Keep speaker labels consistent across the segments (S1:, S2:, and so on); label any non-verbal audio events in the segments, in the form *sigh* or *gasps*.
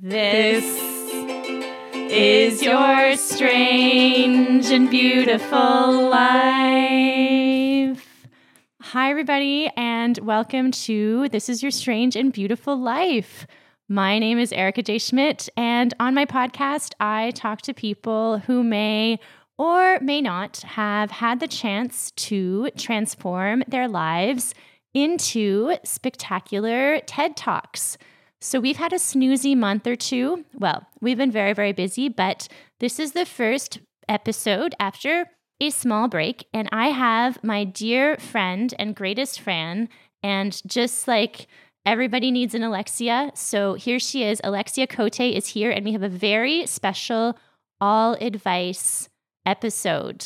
S1: This is your strange and beautiful life. Hi, everybody, and welcome to This is Your Strange and Beautiful Life. My name is Erica J. Schmidt, and on my podcast, I talk to people who may or may not have had the chance to transform their lives into spectacular TED Talks. So we've had a snoozy month or two. Well, we've been very, very busy, but this is the first episode after a small break. And I have my dear friend and greatest fan, and just like everybody needs an Alexia. So here she is. Alexia Cote is here, and we have a very special all advice episode.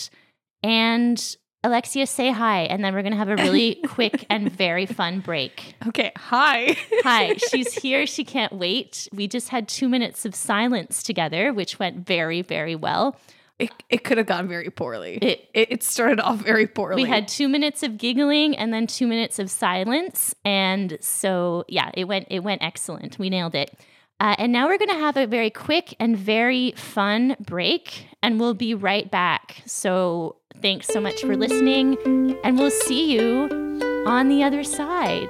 S1: And Alexia, say hi, and then we're going to have a really quick and very fun break.
S2: Okay, hi. *laughs*
S1: Hi, she's here. She can't wait. We just had two minutes of silence together, which went very, very well.
S2: It, it could have gone very poorly.
S1: It-
S2: It, it, started off very poorly.
S1: We had two minutes of giggling and then two minutes of silence, and so yeah, it went it went excellent. We nailed it. Uh, and now we're going to have a very quick and very fun break, and we'll be right back. So thanks so much for listening, and we'll see you on the other side.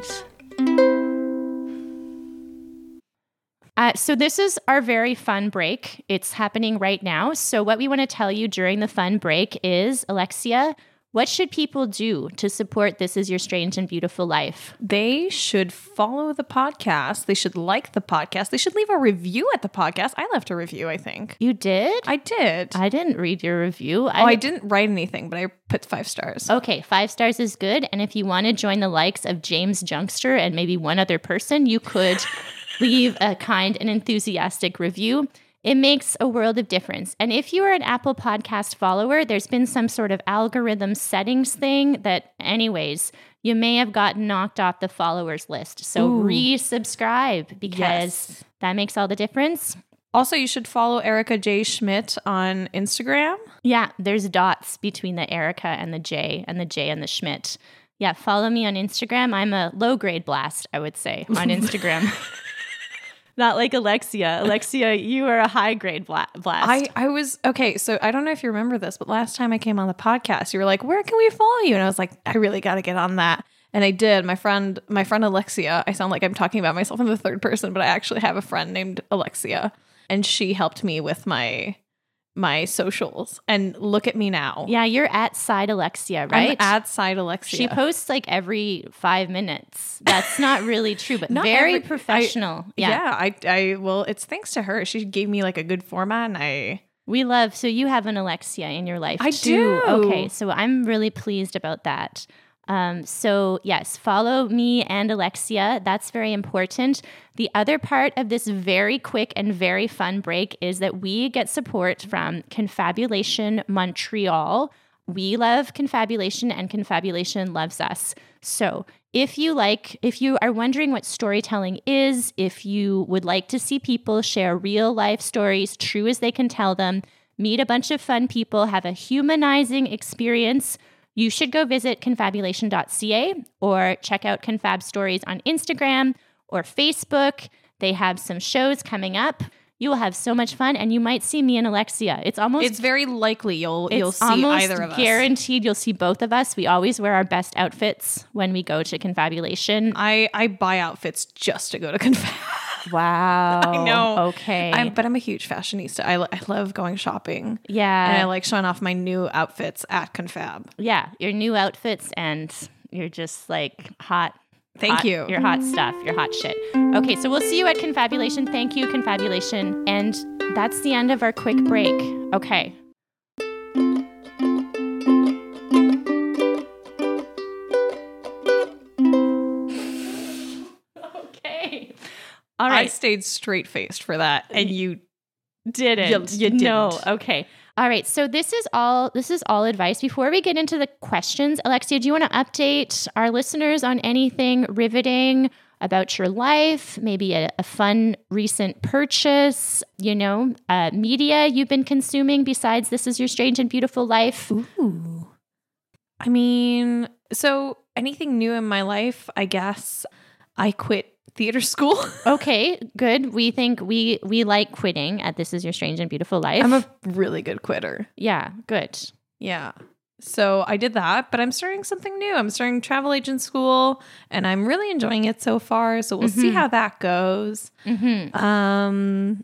S1: Uh, so, this is our very fun break. It's happening right now. So, what we want to tell you during the fun break is Alexia, what should people do to support This Is Your Strange and Beautiful Life?
S2: they should follow the podcast. They should like the podcast. They should leave a review at the podcast. I left a review, I think.
S1: You did? I,
S2: I did. I,
S1: didn't read your review.
S2: oh, I didn't write anything, but I put five stars.
S1: Okay, five stars is good. And if you want to join the likes of James Junkster and maybe one other person, you
S2: *laughs*
S1: could leave a kind and enthusiastic review. It makes a world of difference. And if you are an Apple Podcast follower, there's been some sort of algorithm settings thing that, anyways, you may have gotten knocked off the followers list. So
S2: Ooh.
S1: resubscribe because
S2: Yes.
S1: that makes all the difference.
S2: Also, you should follow Erica J. Schmidt on Instagram.
S1: Yeah, there's dots between the Erica and the J and the J and the Schmidt. Yeah, follow me on Instagram. I'm a low grade blast, I would say,
S2: *laughs*
S1: on Instagram. *laughs* Not like Alexia. Alexia, you are a high grade bla- blast.
S2: I, I was okay, so I don't know if you remember this, but last time I came on the podcast, you were like, "Where can we follow you?" And I was like, "I really got to get on that." And I did. My friend, my friend Alexia. I sound like I'm talking about myself in the third person, but I actually have a friend named Alexia, and she helped me with my my socials. And look at me now.
S1: yeah, you're at side Alexia,
S2: I'm
S1: right?
S2: at side Alexia.
S1: she posts like every five minutes. That's not really true, but
S2: Not
S1: very
S2: every- I-
S1: professional.
S2: yeah.
S1: yeah.
S2: I I well, it's thanks to her. She gave me like a good format, and I
S1: We love so you have an Alexia in your life.
S2: I
S1: too.
S2: do.
S1: Okay, so I'm really pleased about that. Um, so yes, follow me and Alexia. That's very important. The other part of this very quick and very fun break is that we get support from Confabulation Montreal. We love confabulation and confabulation loves us. So, if you like, if you are wondering what storytelling is, if you would like to see people share real life stories, true as they can tell them, meet a bunch of fun people, have a humanizing experience, you should go visit confabulation.ca or check out Confab Stories on Instagram or Facebook. They have some shows coming up. You will have so much fun, and you might see me and Alexia. It's almost
S2: it's very likely you'll
S1: it's
S2: you'll see
S1: almost
S2: either of us.
S1: Guaranteed, you'll see both of us. We always wear our best outfits when we go to confabulation.
S2: I I buy outfits just to *laughs* go to confess.
S1: Wow, *laughs* I
S2: know.
S1: Okay,
S2: I'm, but I'm a huge fashionista. I, lo- I love going shopping. And I
S1: yeah,
S2: like showing off my new outfits at Confab.
S1: yeah. Your new outfits, and you're just like hot.
S2: Thank
S1: hot-
S2: you.
S1: Your hot stuff. Your hot shit. Okay, so we'll see you at confabulation. Thank you, confabulation, and that's the end of our quick break. Okay. Okay. All
S2: I stayed straight faced for that, and you
S1: didn't.
S2: You- you
S1: No.
S2: didn't.
S1: Okay. All right. So this is all. This is all advice. Before we get into the questions, Alexia, do you want to update our listeners on anything riveting about your life? Maybe a, a fun recent purchase. You know, uh, media you've been consuming besides "This Is Your Strange and Beautiful Life."
S2: *laughs* Ooh. I mean, so anything new in my life, I guess I quit theater school. *laughs*
S1: Okay, good. We think we we like quitting at This Is Your Strange and Beautiful Life.
S2: I'm a really good quitter.
S1: yeah, good.
S2: Yeah. So I did that, but I'm starting something new. I'm starting travel agent school and I'm really enjoying it so far. So we'll see
S1: Mhm.
S2: how that goes.
S1: hmm
S2: Um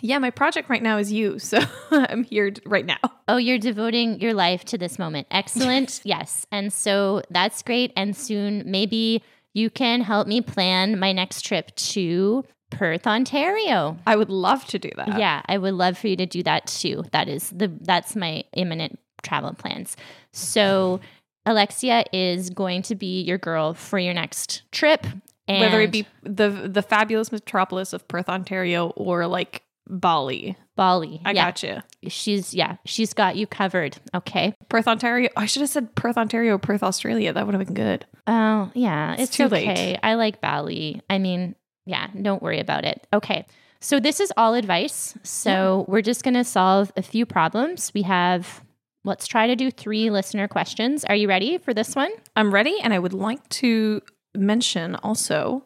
S2: yeah, my project right now is you. *laughs* So I'm here t- right now.
S1: Oh, you're devoting your life to this moment.
S2: *laughs*
S1: Excellent. yes. And so that's great. And soon maybe you can help me plan my next trip to Perth, Ontario.
S2: I would love to do that.
S1: yeah, I would love for you to do that too. That is the that's my imminent travel plans. So Alexia is going to be your girl for your next trip. And
S2: Whether it be the the fabulous metropolis of Perth, Ontario or like Bali.
S1: Bali.
S2: I
S1: yeah.
S2: got you.
S1: She's yeah, she's got you covered. Okay.
S2: Perth, Ontario. I should have said Perth, Ontario or Perth, Australia. That would have been good.
S1: Oh, yeah. It's,
S2: It's too late.
S1: okay. I like Bali. I mean, yeah, don't worry about it. Okay. So this is all advice. So we're just going to solve a few problems. We have let's try to do 3 listener questions. Are you ready for this one?
S2: I'm ready, and I would like to mention also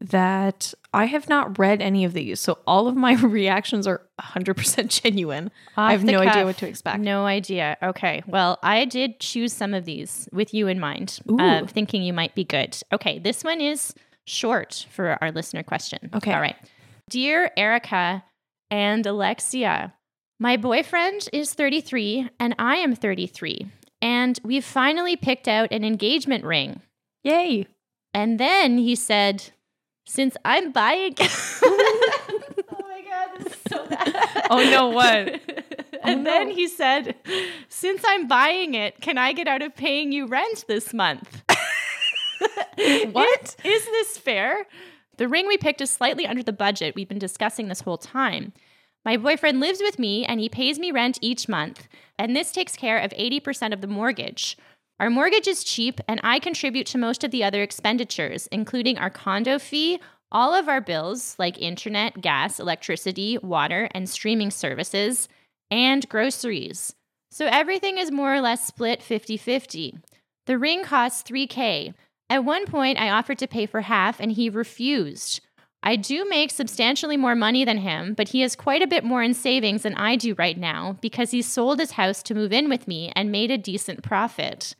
S2: that I have not read any of these, so all of my *laughs* reactions are 100% genuine. I have
S1: Off the
S2: no idea
S1: cuff.
S2: what to expect.
S1: No idea. Okay. Well, I did choose some of these with you in mind,
S2: Ooh.
S1: uh, thinking you might be good. Okay. This one is short for our listener question.
S2: Okay.
S1: All right. Dear Erica and Alexia, my boyfriend is 33 and I am 33, and we've finally picked out an engagement ring.
S2: Yay!
S1: And then he said, since I'm buying. *laughs* oh my God, this is *laughs* so bad. Oh,
S2: Oh, no, what?
S1: *laughs* and
S2: no.
S1: then he said, since I'm buying it, can I get out of paying you rent this month?
S2: What?
S1: Is this fair? The ring we picked is slightly under the budget we've been discussing this whole time. My boyfriend lives with me and he pays me rent each month, and this takes care of 80% of the mortgage. Our mortgage is cheap, and I contribute to most of the other expenditures, including our condo fee, all of our bills like internet, gas, electricity, water, and streaming services, and groceries. So everything is more or less split 50 50. The ring costs 3K. At one point, I offered to pay for half, and he refused. I do make substantially more money than him, but he has quite a bit more in savings than I do right now because he sold his house to move in with me and made a decent profit.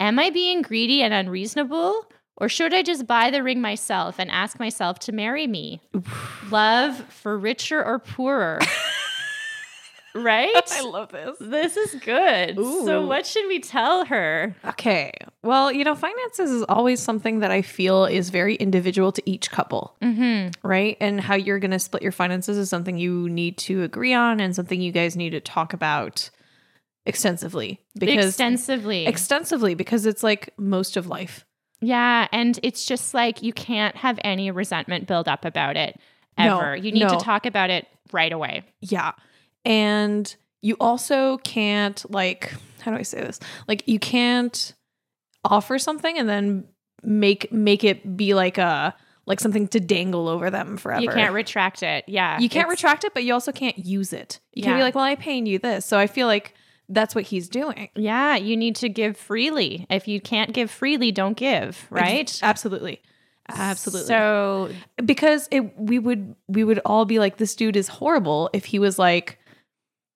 S1: Am I being greedy and unreasonable? Or should I just buy the ring myself and ask myself to marry me? Love for richer or poorer. right?
S2: I love this.
S1: This is good. So,
S2: Ooh.
S1: what should we tell her?
S2: Okay. Well, you know, finances is always something that I feel is very individual to each couple,
S1: Mm-hmm.
S2: right? And how you're going to split your finances is something you need to agree on and something you guys need to talk about extensively because
S1: Extensively.
S2: extensively because it's like most of life.
S1: yeah. And it's just like you can't have any resentment build up about it
S2: No,
S1: ever. you need
S2: no.
S1: to talk about it right away.
S2: Yeah. And you also can't like how do I say this? Like you can't offer something and then make make it be like a like something to dangle over them forever.
S1: You can't retract it. Yeah.
S2: you can't
S1: It's-
S2: retract it, but you also can't use it. You can't be
S1: Yeah.
S2: like, well, I paying you this. So I feel like that's what he's doing.
S1: Yeah. You need to give freely. If you can't give freely, don't give. Right.
S2: Absolutely. Absolutely.
S1: So,
S2: because it we would we would all be like this dude is horrible if he was like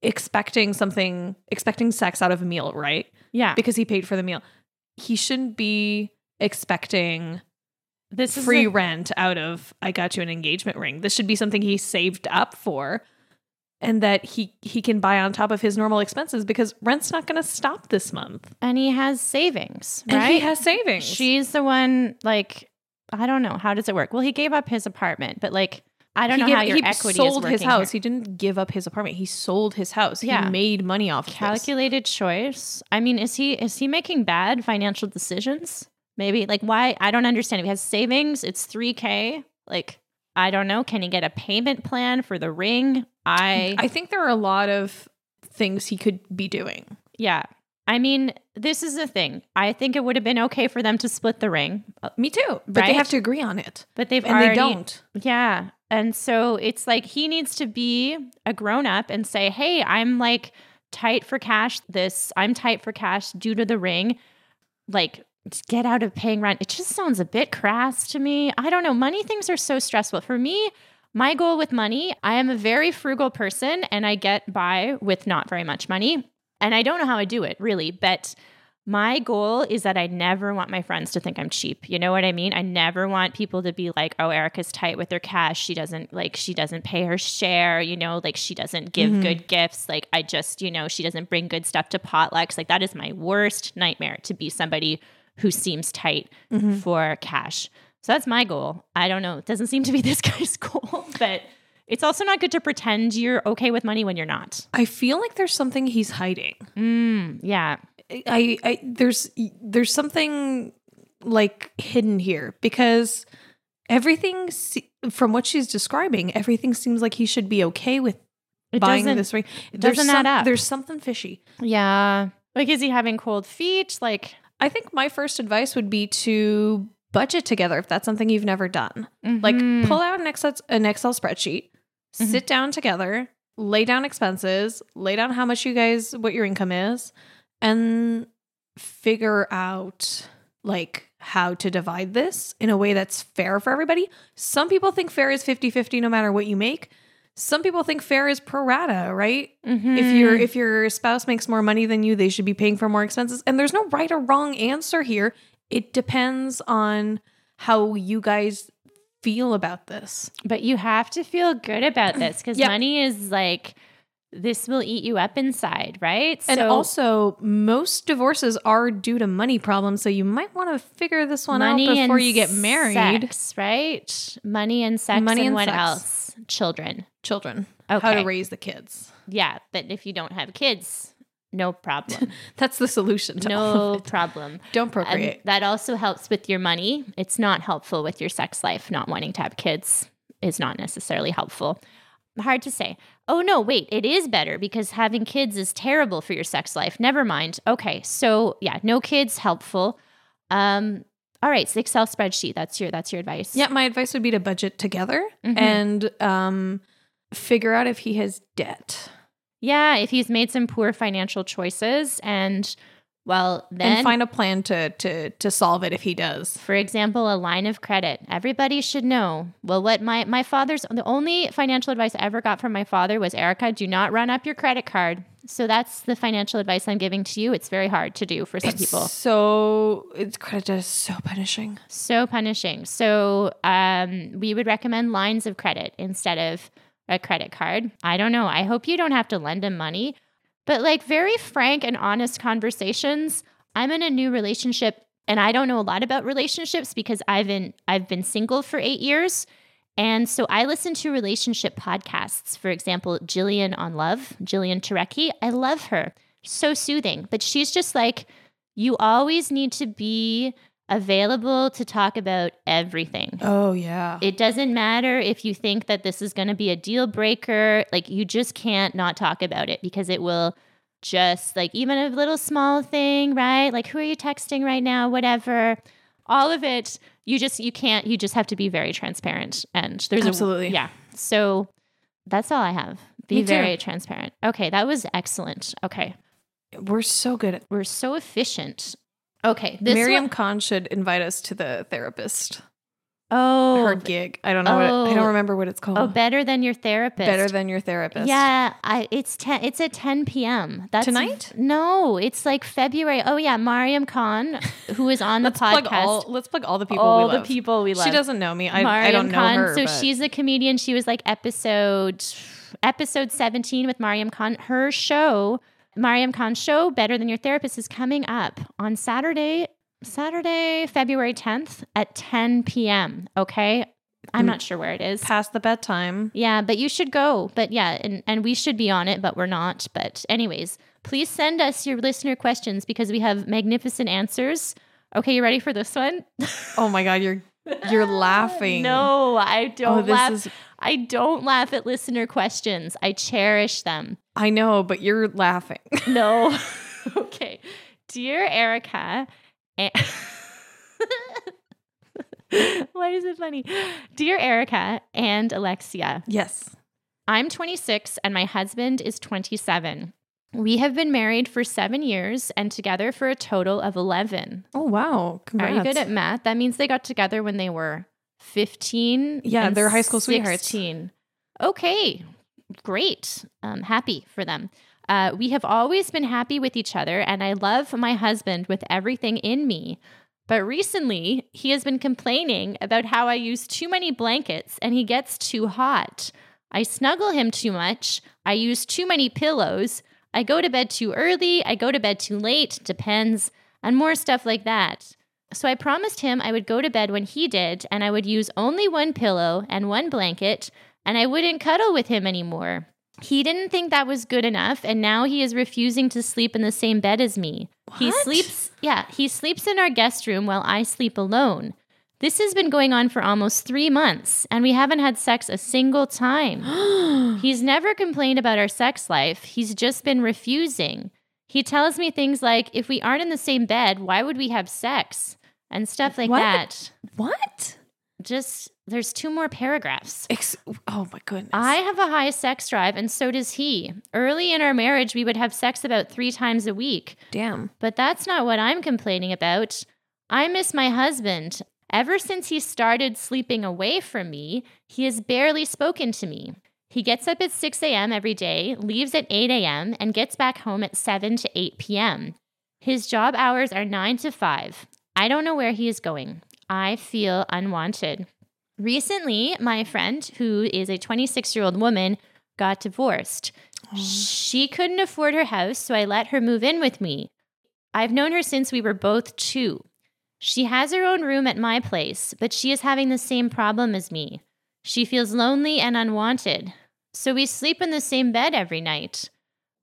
S2: expecting something expecting sex out of a meal right
S1: yeah.
S2: because he paid for the meal he shouldn't be expecting
S1: This is
S2: free
S1: a-
S2: rent out of i got you an engagement ring this should be something he saved up for and that he he can buy on top of his normal expenses because rent's not going to stop this month
S1: and he has savings, right?
S2: and he has savings
S1: She's the one, like, I don't know. How does it work? Well, he gave up his apartment, but like, I don't
S2: he
S1: know
S2: gave-
S1: how your
S2: he
S1: equity is
S2: sold
S1: working.
S2: his house.
S1: here.
S2: He didn't give up his apartment. He sold his house.
S1: Yeah.
S2: He made money off of this.
S1: Calculated choice. I mean, is he is he making bad financial decisions? Maybe like why? I don't understand. If he has savings, it's three k. Like I don't know. Can he get a payment plan for the ring? I,
S2: I think there are a lot of things he could be doing.
S1: yeah. I mean, this is the thing. I think it would have been okay for them to split the ring,
S2: Me too. But
S1: Right?
S2: they have to agree on it.
S1: but they've
S2: And
S1: already
S2: they don't.
S1: Yeah. And so it's like he needs to be a grown up and say, Hey, I'm like tight for cash this, I'm tight for cash due to the ring. Like, just get out of paying rent. It just sounds a bit crass to me. I don't know. Money things are so stressful. For me, my goal with money, I am a very frugal person and I get by with not very much money. And I don't know how I do it really, but my goal is that I never want my friends to think I'm cheap. You know what I mean? I never want people to be like, "Oh, Erica's tight with her cash. She doesn't like she doesn't pay her share, you know, like she doesn't give
S2: Mm-hmm.
S1: good gifts. Like I just, you know, she doesn't bring good stuff to potlucks." Like that is my worst nightmare to be somebody who seems tight
S2: Mm-hmm.
S1: for cash. So that's my goal. I don't know. It doesn't seem to be *laughs* this guy's goal, but it's also not good to pretend you're okay with money when you're not.
S2: I feel like there's something he's hiding.
S1: Mm, yeah.
S2: I, I there's there's something like hidden here because everything se- from what she's describing, everything seems like he should be okay with
S1: It
S2: buying
S1: doesn't-
S2: this ring. It
S1: doesn't add up.
S2: There's something fishy.
S1: Yeah. Like, is he having cold feet? Like,
S2: I think my first advice would be to budget together if that's something you've never done. Like
S1: mhm.
S2: pull out an Excel an Excel spreadsheet, sit down together, lay down expenses, lay down how much you guys what your income is, and figure out like how to divide this in a way that's fair for everybody. Some people think fair is 50-50 no matter what you make. Some people think fair is pro rata, right? If
S1: Mm.
S2: your if your spouse makes more money than you, they should be paying for more expenses. And there's no right or wrong answer here. It depends on how you guys feel about this.
S1: But you have to feel good about this because
S2: Yep.
S1: money is like, this will eat you up inside, right?
S2: And also, most divorces are due to money problems, so you might want to figure this one out
S1: and
S2: before you get married.
S1: sex, right? Money and sex.
S2: Money
S1: and,
S2: and
S1: what
S2: sex.
S1: else? Children.
S2: Children, how
S1: Okay.
S2: to raise the kids.
S1: Yeah. But if you don't have kids, no
S2: *laughs*
S1: problem.
S2: That's the solution to all of
S1: no
S2: it.
S1: problem.
S2: Don't
S1: And
S2: procreate.
S1: that also helps with your money. It's not helpful with your sex life. Not wanting to have kids is not necessarily helpful. Hard to say. Oh, no, wait, it is better because having kids is terrible for your sex life. Never mind. Okay, so yeah, no kids helpful. Um, all right, so the Excel spreadsheet. That's your that's your advice.
S2: yeah, my advice would be to budget together
S1: Mhm.
S2: and um, figure out if he has debt.
S1: yeah. If he's made some poor financial choices, and well, then
S2: and find a plan to to to solve it if he does.
S1: For example, a line of credit. Everybody should know. Well, what my my father's the only financial advice I ever got from my father was Erica, do not run up your credit card. So that's the financial advice I'm giving to you. It's very hard to do for some people.
S2: So it's credit debt is so punishing.
S1: So punishing. So um, we would recommend lines of credit instead of a credit card. I don't know. I hope you don't have to lend him money, but like very frank and honest conversations. I'm in a new relationship and I don't know a lot about relationships because I've been I've been single for 8 years. And so I listen to relationship podcasts. For example, Jillian on Love, Jillian Tarecki. I love her. So soothing, but she's just like you always need to be available to talk about everything.
S2: Oh yeah.
S1: It doesn't matter if you think that this is going to be a deal breaker. Like, you just can't not talk about it because it will just, like, even a little small thing, right? Like, who are you texting right now? Whatever. All of it. You just, you can't, you just have to be very transparent. And there's
S2: Absolutely.
S1: a, yeah. So that's all I have. Be
S2: Me too.
S1: very transparent. Okay. That was excellent. Okay.
S2: We're so good. at
S1: We're so efficient. Okay. This
S2: Miriam
S1: one-
S2: Khan should invite us to the therapist.
S1: oh,
S2: Her gig. I don't know. what it- I
S1: Oh.
S2: don't remember what it's called.
S1: Oh, better than your therapist.
S2: Better than your therapist.
S1: Yeah, I it's ten. It's at ten p.m. That's
S2: Tonight?
S1: No, it's like February. Oh yeah, Mariam Khan, who is on the
S2: Let's plug
S1: podcast.
S2: all. Let's plug all the people.
S1: All
S2: we
S1: the
S2: love.
S1: people we love.
S2: She doesn't know me. I, I
S1: Mariam
S2: don't know
S1: Khan.
S2: her.
S1: so
S2: but-
S1: she's a comedian. She was like episode episode seventeen with Mariam Khan. Her show, Mariam Khan's show, Better Than Your Therapist, is coming up on Saturday, Saturday, February tenth at ten p.m. Okay,
S2: Hmm.
S1: I'm not sure where it is.
S2: past the bedtime.
S1: Yeah, but you should go. But yeah, and, and we should be on it, but we're not. But, anyways, please send us your listener questions because we have magnificent answers. Okay, you ready for this one? *laughs*
S2: Oh my god, you're you're laughing.
S1: No, I don't
S2: Oh, this
S1: laugh.
S2: is-
S1: I don't laugh at listener questions. I cherish them.
S2: I know, but you're laughing. *laughs*
S1: No. *laughs* okay. Dear Erica, and- *laughs* why is it funny? Dear Erica and Alexia,
S2: yes.
S1: I'm 26 and my husband is 27. We have been married for seven years and together for a total of 11.
S2: Oh wow!
S1: Are
S2: Congrats.
S1: you good at math? That means they got together when they were 15.
S2: Yeah,
S1: and
S2: they're high school sweethearts.
S1: 16. Okay, great. Um, happy for them. Uh, we have always been happy with each other, and I love my husband with everything in me. But recently, he has been complaining about how I use too many blankets and he gets too hot. I snuggle him too much. I use too many pillows. I go to bed too early. I go to bed too late. Depends. And more stuff like that. So I promised him I would go to bed when he did and I would use only one pillow and one blanket and I wouldn't cuddle with him anymore. He didn't think that was good enough and now he is refusing to sleep in the same bed as me. He
S2: What?
S1: sleeps, yeah, he sleeps in our guest room while I sleep alone. This has been going on for almost three months, and we haven't had sex a single time. *gasps* He's never complained about our sex life, he's just been refusing. He tells me things like, if we aren't in the same bed, why would we have sex? And stuff like
S2: What?
S1: that.
S2: what?
S1: Just, there's two more paragraphs.
S2: Ex- oh my goodness!
S1: I have a high sex drive, and so does he. Early in our marriage, we would have sex about three times a week.
S2: damn.
S1: But that's not what I'm complaining about. I miss my husband. Ever since he started sleeping away from me, he has barely spoken to me. He gets up at 6 a.m. every day, leaves at 8 a.m., and gets back home at 7 to 8 p.m. His job hours are 9 to 5. I don't know where he is going. I feel unwanted. Recently, my friend, who is a 26 year old woman, got divorced. She couldn't afford her house, so I let her move in with me. I've known her since we were both two. She has her own room at my place, but she is having the same problem as me. She feels lonely and unwanted. So we sleep in the same bed every night.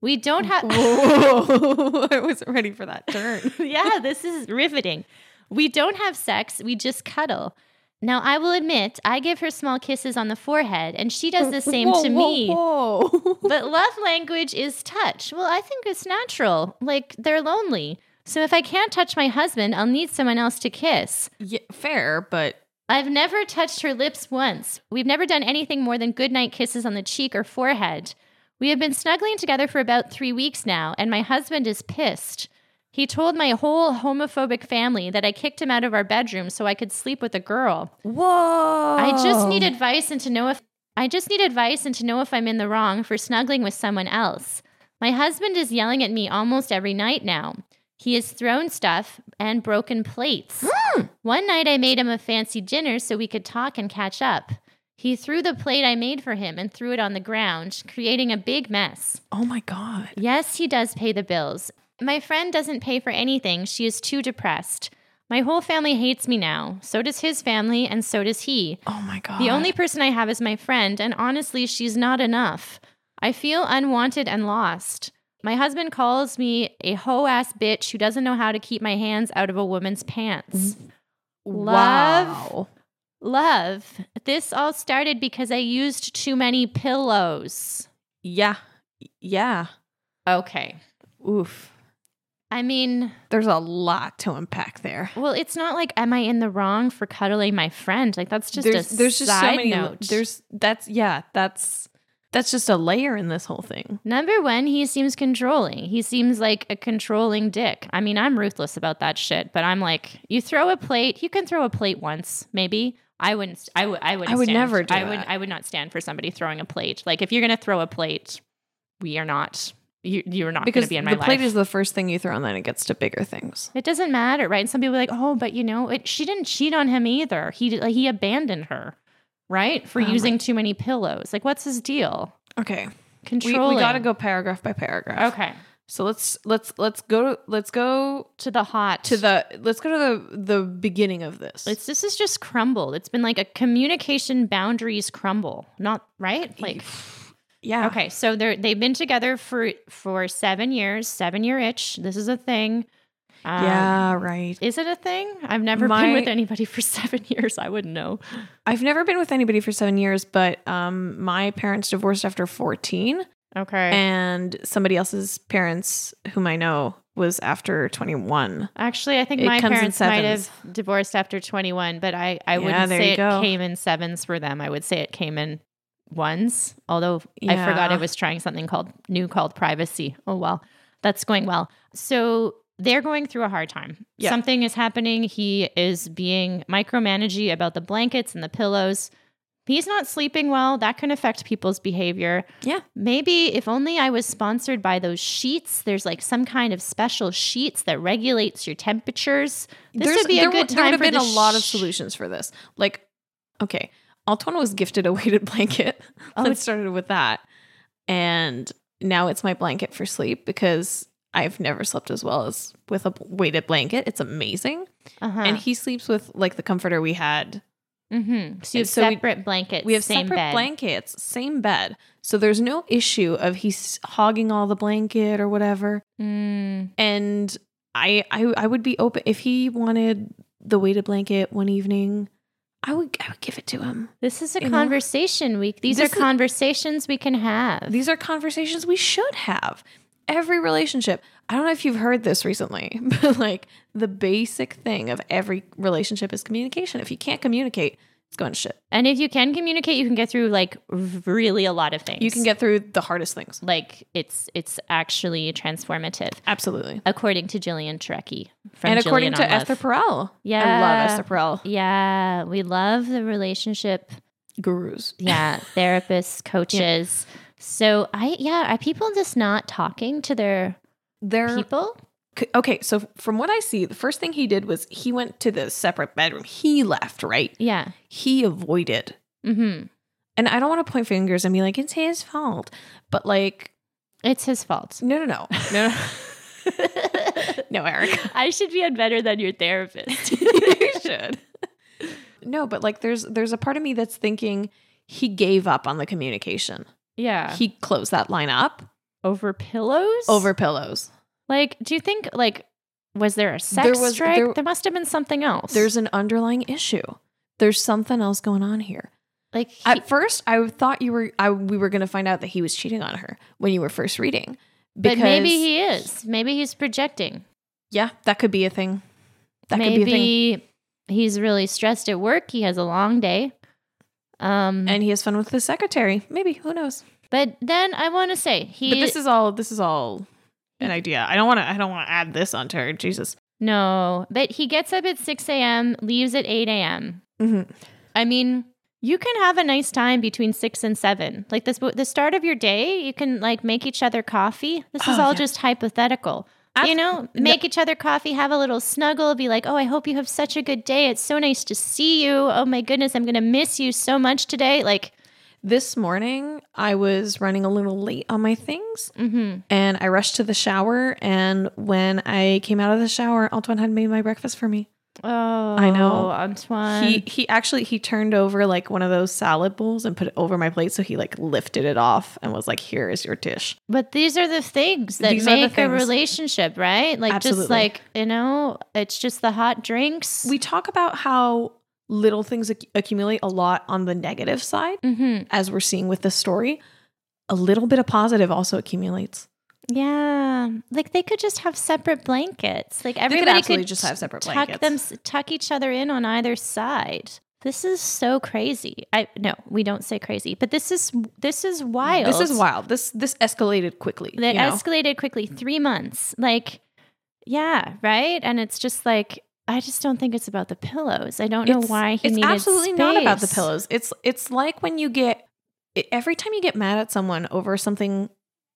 S1: We don't
S2: *laughs*
S1: have.
S2: *laughs* Whoa! I wasn't ready for that *laughs* turn.
S1: yeah, this is riveting. We don't have sex, we just cuddle. Now, I will admit, I give her small kisses on the forehead, and she does the same
S2: Whoa,
S1: to
S2: whoa,
S1: me.
S2: Whoa!
S1: but love language is touch. Well, I think it's natural. Like they're lonely. So if I can't touch my husband, I'll need someone else to kiss.
S2: *laughs* yeah, fair, but
S1: I've never touched her lips once. We've never done anything more than goodnight kisses on the cheek or forehead. We have been snuggling together for about three weeks now, and my husband is pissed. He told my whole homophobic family that I kicked him out of our bedroom so I could sleep with a girl.
S2: whoa!
S1: I just
S2: Oh.
S1: need advice and to know if I just need advice and to know if I'm in the wrong for snuggling with someone else. My husband is yelling at me almost every night now. He has thrown stuff and broken plates. One night I made him a fancy dinner so we could talk and catch up. He threw the plate I made for him and threw it on the ground, creating a big mess.
S2: Oh my god!
S1: Yes, he does pay the bills. My friend doesn't pay for anything. She is too depressed. My whole family hates me now. So does his family, and so does he.
S2: Oh my god!
S1: The only person I have is my friend, and honestly, she's not enough. I feel unwanted and lost. My husband calls me a hoe ass bitch who doesn't know how to keep my hands out of a woman's pants.
S2: Mm-hmm.
S1: love-
S2: Wow.
S1: Love, this all started because I used too many pillows.
S2: Yeah. Yeah.
S1: Okay.
S2: Oof.
S1: I mean,
S2: There's a lot to unpack there.
S1: well, it's not like am I in the wrong for cuddling my friend? Like that's just
S2: there's
S1: a
S2: there's
S1: side
S2: just so many
S1: note.
S2: there's that's yeah, that's that's just a layer in this whole thing.
S1: Number one, he seems controlling. He seems like a controlling dick. I mean, I'm ruthless about that shit, but I'm like, you throw a plate, you can throw a plate once, maybe. I wouldn't. st- I would. I would.
S2: I would never do
S1: I would.
S2: that.
S1: I would not stand for somebody throwing a plate. Like if you're gonna throw a plate, we are not. You. You are not
S2: Because
S1: gonna be in my
S2: the
S1: life.
S2: plate is the first thing you throw and then it gets to bigger things.
S1: it doesn't matter, right? And some people are like, oh, but you know, it, she didn't cheat on him either. He did- like, he abandoned her, right, for
S2: Oh my-
S1: using too many pillows. Like, what's his deal?
S2: Okay. We,
S1: Controlling.
S2: we gotta go paragraph by paragraph.
S1: Okay,
S2: So let's let's let's go let's go
S1: to the hot.
S2: to the let's go to the the beginning of this.
S1: It's this is just crumbled. It's been like a communication boundaries crumble, not right? Like
S2: yeah.
S1: okay, so they're they've been together for for seven years, seven year itch. This is a thing. Um,
S2: yeah, right.
S1: is it a thing? I've never been
S2: My-
S1: with anybody for *laughs* seven years. I wouldn't know.
S2: I've never been with anybody for 7 years, but um my parents divorced after 14.
S1: Okay,
S2: and somebody else's parents whom I know was after 21.
S1: actually, I think
S2: it
S1: my
S2: comes in
S1: parents might have
S2: sevens.
S1: divorced after twenty one, but I I
S2: Yeah,
S1: wouldn't
S2: there
S1: say
S2: you
S1: it
S2: go.
S1: came in sevens for them. I would say it came in ones. Although I forgot
S2: Yeah.
S1: I was trying something called new called privacy. Oh well, that's going well. So they're going through a hard time.
S2: Yeah.
S1: Something is happening. He is being micromanagey about the blankets and the pillows. He's not sleeping well. That can affect people's behavior.
S2: Yeah.
S1: Maybe if only I was sponsored by those sheets. There's like some kind of special sheets that regulates your temperatures. This
S2: There's-
S1: would be a
S2: there
S1: good
S2: w-
S1: time
S2: There
S1: for
S2: would have been
S1: the
S2: a lot of
S1: sh-
S2: solutions for this. Like, okay, Altona was gifted a weighted *laughs* blanket.
S1: Oh,
S2: Let's started with that, and now it's my blanket for sleep because I've never slept as well as with a b- weighted blanket. It's amazing,
S1: Uh-huh.
S2: and he sleeps with like the comforter we had.
S1: Mm-hmm. So you have
S2: So we-
S1: separate blankets.
S2: We have
S1: same
S2: separate
S1: bed.
S2: blankets, same bed, so there's no issue of he's hogging all the blanket or whatever.
S1: Mm.
S2: and I, I I would be open if he wanted the weighted blanket one evening. I would I would give it to him.
S1: This is a
S2: You know?
S1: conversation week. These
S2: This
S1: are
S2: is-
S1: conversations we can have.
S2: These are conversations we should have. Every relationship. I don't know if you've heard this recently, *laughs* but like the basic thing of every relationship is communication. If you can't communicate, it's going to shit.
S1: and if you can communicate, you can get through like really a lot of things.
S2: You can get through the hardest things.
S1: like it's it's actually transformative,
S2: Absolutely.
S1: according to Jillian Trecky. From
S2: And
S1: Jillian
S2: according
S1: on
S2: to
S1: Love.
S2: Esther Perel. I
S1: Yeah.
S2: love Esther Perel.
S1: Yeah, we love the relationship.
S2: Gurus.
S1: *laughs* Yeah, therapists, coaches. So I yeah, are people just not talking to their
S2: They're
S1: people?
S2: C- okay so from what i see the first thing he did was he went to the separate bedroom he left right
S1: Yeah.
S2: he avoided
S1: Mm-hmm.
S2: and i don't want to point fingers and be like it's his fault but like
S1: It's his fault.
S2: no no no no no, no *laughs* eric
S1: *laughs* I should be on better than your therapist.
S2: you should no but like there's there's a part of me that's thinking he gave up on the communication
S1: *laughs* yeah.
S2: he closed that line up
S1: over pillows?
S2: over pillows
S1: Like, do you think like was there a sex
S2: was-
S1: strike? There,
S2: there-
S1: must have been something else.
S2: there's an underlying issue there's something else going on here
S1: like he-
S2: At first, I thought you were I, we were going to find out that he was cheating on her when you were first reading.
S1: but maybe
S2: because-
S1: he is. Maybe he's projecting.
S2: yeah, that could be a thing. That
S1: maybe
S2: could be a thing.
S1: he's really stressed at work. He has a long day. Um
S2: And he has fun with the secretary. Maybe who knows?
S1: but then I want to say he
S2: but this is all this is all an idea. I don't want to I don't want to add this onto her. Jesus.
S1: no, but he gets up at 6 a.m., leaves at 8 a.m.
S2: Mhm.
S1: I mean, you can have a nice time between six and seven. Like this, the start of your day, you can like make each other coffee. This is
S2: Oh,
S1: all
S2: yeah.
S1: just hypothetical.
S2: Ab-
S1: you know, make each other coffee, have a little snuggle, be like, oh, I hope you have such a good day. It's so nice to see you. Oh my goodness, I'm going to miss you so much today. Like,
S2: This morning, I was running a little late on my things
S1: hmm
S2: and I rushed to the shower and when I came out of the shower, Antoine had made my breakfast for me.
S1: oh,
S2: know.
S1: Antoine.
S2: He he actually he turned over like one of those salad bowls and put it over my plate, so he like lifted it off and was like, "Here is your dish."
S1: But these are the things that
S2: These are the
S1: make a
S2: things.
S1: relationship, right? Like, just
S2: Absolutely.
S1: like, you know, it's just the hot drinks.
S2: We talk about how little things ac- accumulate a lot on the negative side,
S1: Mhm.
S2: as we're seeing with this story. A little bit of positive also accumulates.
S1: Yeah. Like they could just have separate blankets. Like
S2: They
S1: everybody
S2: could absolutely
S1: could
S2: just have separate
S1: tuck
S2: blankets.
S1: them tuck each other in on either side. This is so crazy. I no, we don't say crazy, but this is this is wild.
S2: This is wild. This this escalated quickly.
S1: That
S2: you know?
S1: escalated quickly. 3 months. Like yeah, right? And it's just like I just don't think it's about the pillows. I don't know
S2: It's-
S1: why he
S2: it's
S1: needed
S2: absolutely not about the
S1: space.
S2: pillows. It's it's like when you get i- every time you get mad at someone over something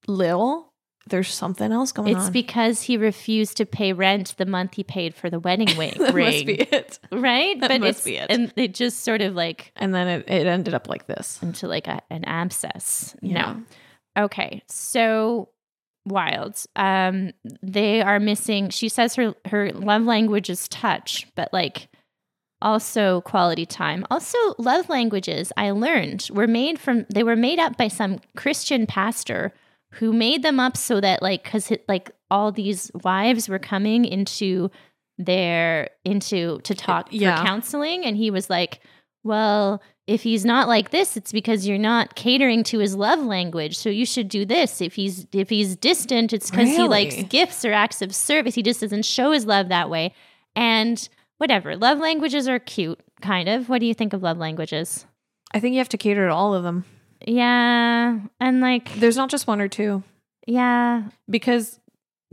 S2: little, there's something else going
S1: It's
S2: on.
S1: because he refused to pay rent the month he paid for the
S2: *laughs*
S1: wedding wing,
S2: *laughs* that
S1: ring.
S2: must be it.
S1: right?
S2: That
S1: but
S2: must
S1: it's,
S2: be it.
S1: And it just sort of like
S2: And then it, it ended up like this.
S1: into like a, an abscess.
S2: Yeah.
S1: No. Okay. So wild. Um, they are missing. She says her her love language is touch, but like also quality time. Also, love languages. I learned were made from. They were made up by some Christian pastor who made them up so that like because like all these wives were coming into their into to talk
S2: yeah.
S1: for counseling and he was like well if he's not like this it's because you're not catering to his love language so you should do this if he's if he's distant it's because he
S2: Really?
S1: likes gifts or acts of service he just doesn't show his love that way and whatever love languages are cute kind of what do you think of love languages
S2: I think you have to cater to all of them.
S1: Yeah. And like,
S2: There's not just one or two
S1: yeah.
S2: because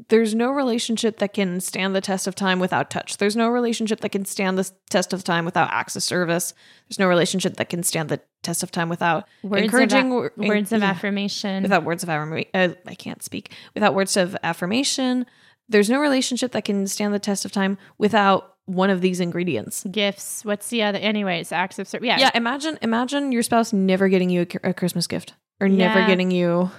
S2: there's no relationship that can stand the test of time without touch. There's no relationship that can stand the test of time without acts of service. There's no relationship that can stand the test of time without
S1: Words
S2: encouraging
S1: of,
S2: wor-
S1: a- words of
S2: yeah.
S1: affirmation.
S2: without words of affirmation. Uh, I can't speak without words of affirmation. There's no relationship that can stand the test of time without one of these ingredients.
S1: gifts. What's the other? Anyways, acts of service. Yeah.
S2: Yeah, imagine imagine your spouse never getting you a, cr- a Christmas gift or never
S1: Yeah.
S2: getting you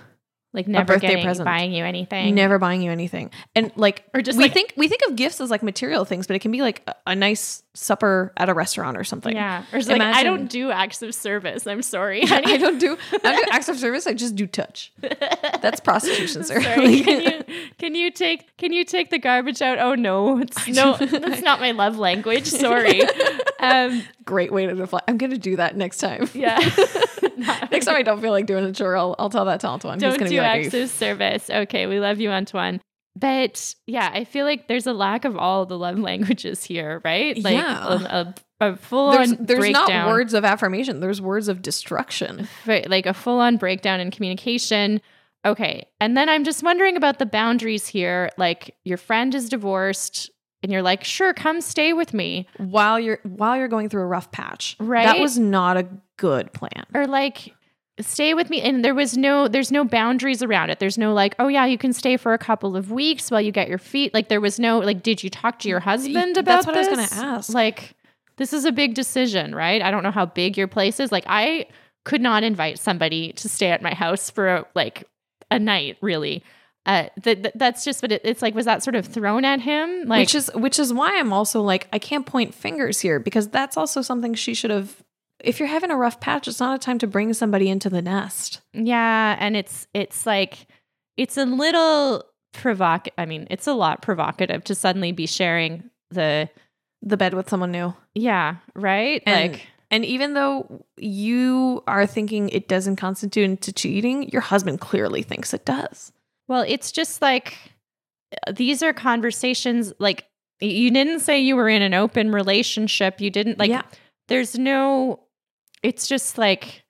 S1: Like never
S2: birthday
S1: getting,
S2: present.
S1: buying you anything.
S2: never buying you anything. And like
S1: Or just
S2: we
S1: like-
S2: think we think of gifts as like material things, but it can be like a, a nice supper at a restaurant or something.
S1: Yeah. Or it's like, I
S2: Imagine-
S1: don't do acts of service. I'm sorry.
S2: *laughs*
S1: *laughs*
S2: I
S1: honey.
S2: don't do I don't do acts of service, I just
S1: *laughs*
S2: do touch. That's prostitution, sir. *laughs*
S1: Sorry,
S2: Like-
S1: can you can you take can you take the garbage out? Oh no, it's no, that's not my love language. Sorry.
S2: *laughs*
S1: Um,
S2: great way to deflect. I'm gonna do that next time.
S1: yeah.
S2: Next time I don't feel like doing a chore, I'll, I'll tell that to Antoine. He's
S1: Don't
S2: gonna
S1: do
S2: be like,
S1: acts of service. Okay, we love you, Antoine. But yeah, I feel like there's a lack of all the love languages here, right? Like um,
S2: Yeah.
S1: a, a, full
S2: there's,
S1: on
S2: there's
S1: breakdown.
S2: not words of affirmation. There's words of destruction.
S1: Right, like a full on breakdown in communication. Okay. And then I'm just wondering about the boundaries here. Like your friend is divorced and you're like, sure, come stay with me.
S2: While you're while you're going through a rough patch, That
S1: Right?
S2: was not a good plan.
S1: Or like, stay with me. And there was no, there's no boundaries around it. There's no like, oh yeah, you can stay for a couple of weeks while you get your feet. Like there was no, like, did you talk to your husband
S2: Y-
S1: about
S2: that's what I was gonna
S1: this?
S2: ask.
S1: Like, this is a big decision, right? I don't know how big your place is. Like, I could not invite somebody to stay at my house for like a night, really. Uh, th- th- that's just what it, it's like. Was that sort of thrown at him? Like,
S2: which is which is why I'm also like I can't point fingers here because that's also something she should have. If you're having a rough patch, it's not a time to bring somebody into the nest.
S1: yeah, and it's it's like it's a little provoc. I mean, it's a lot provocative to suddenly be sharing the
S2: The bed with someone new.
S1: yeah, right?
S2: And-
S1: like,
S2: And even though you are thinking it doesn't constitute into cheating, your husband clearly thinks it does.
S1: well, it's just like uh, these are conversations. Like, y- you didn't say you were in an open relationship. You didn't like.
S2: Yeah.
S1: there's no it's just like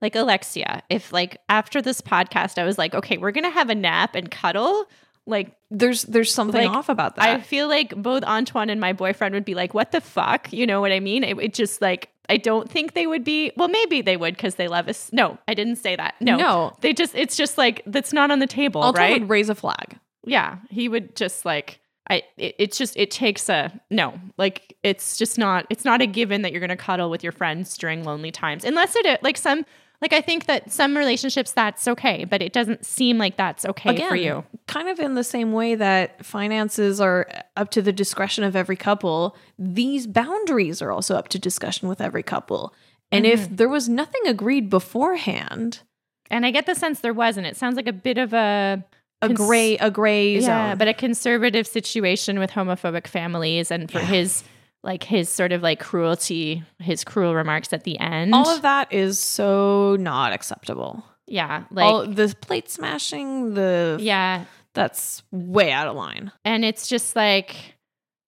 S1: like alexia if like after this podcast i was like okay we're gonna have a nap and cuddle like
S2: There's there's something
S1: Like,
S2: off about
S1: i
S2: that.
S1: feel like both antoine and my boyfriend would be like what the fuck you know what i mean it, it just like i don't think they would be well maybe they would because they love us no i didn't say that no
S2: No.
S1: they just it's just like that's not on the table
S2: Alton
S1: right
S2: would raise a flag.
S1: yeah he would just like i it, it's just it takes a no like it's just not it's not a given that you're going to cuddle with your friends during lonely times unless it like some like i think that some relationships that's okay but it doesn't seem like that's okay for you
S2: Kind of in the same way that finances are up to the discretion of every couple, these boundaries are also up to discussion with every couple. And if there was nothing agreed beforehand,
S1: and i get the sense there wasn't it sounds like a bit of a
S2: a
S1: Cons-
S2: gray a gray
S1: yeah
S2: zone.
S1: but a conservative situation with homophobic families and for his like his sort of like cruelty his cruel remarks at the end
S2: all of that is so not acceptable.
S1: yeah like
S2: all the plate smashing, the
S1: yeah
S2: that's way out of line.
S1: and it's just like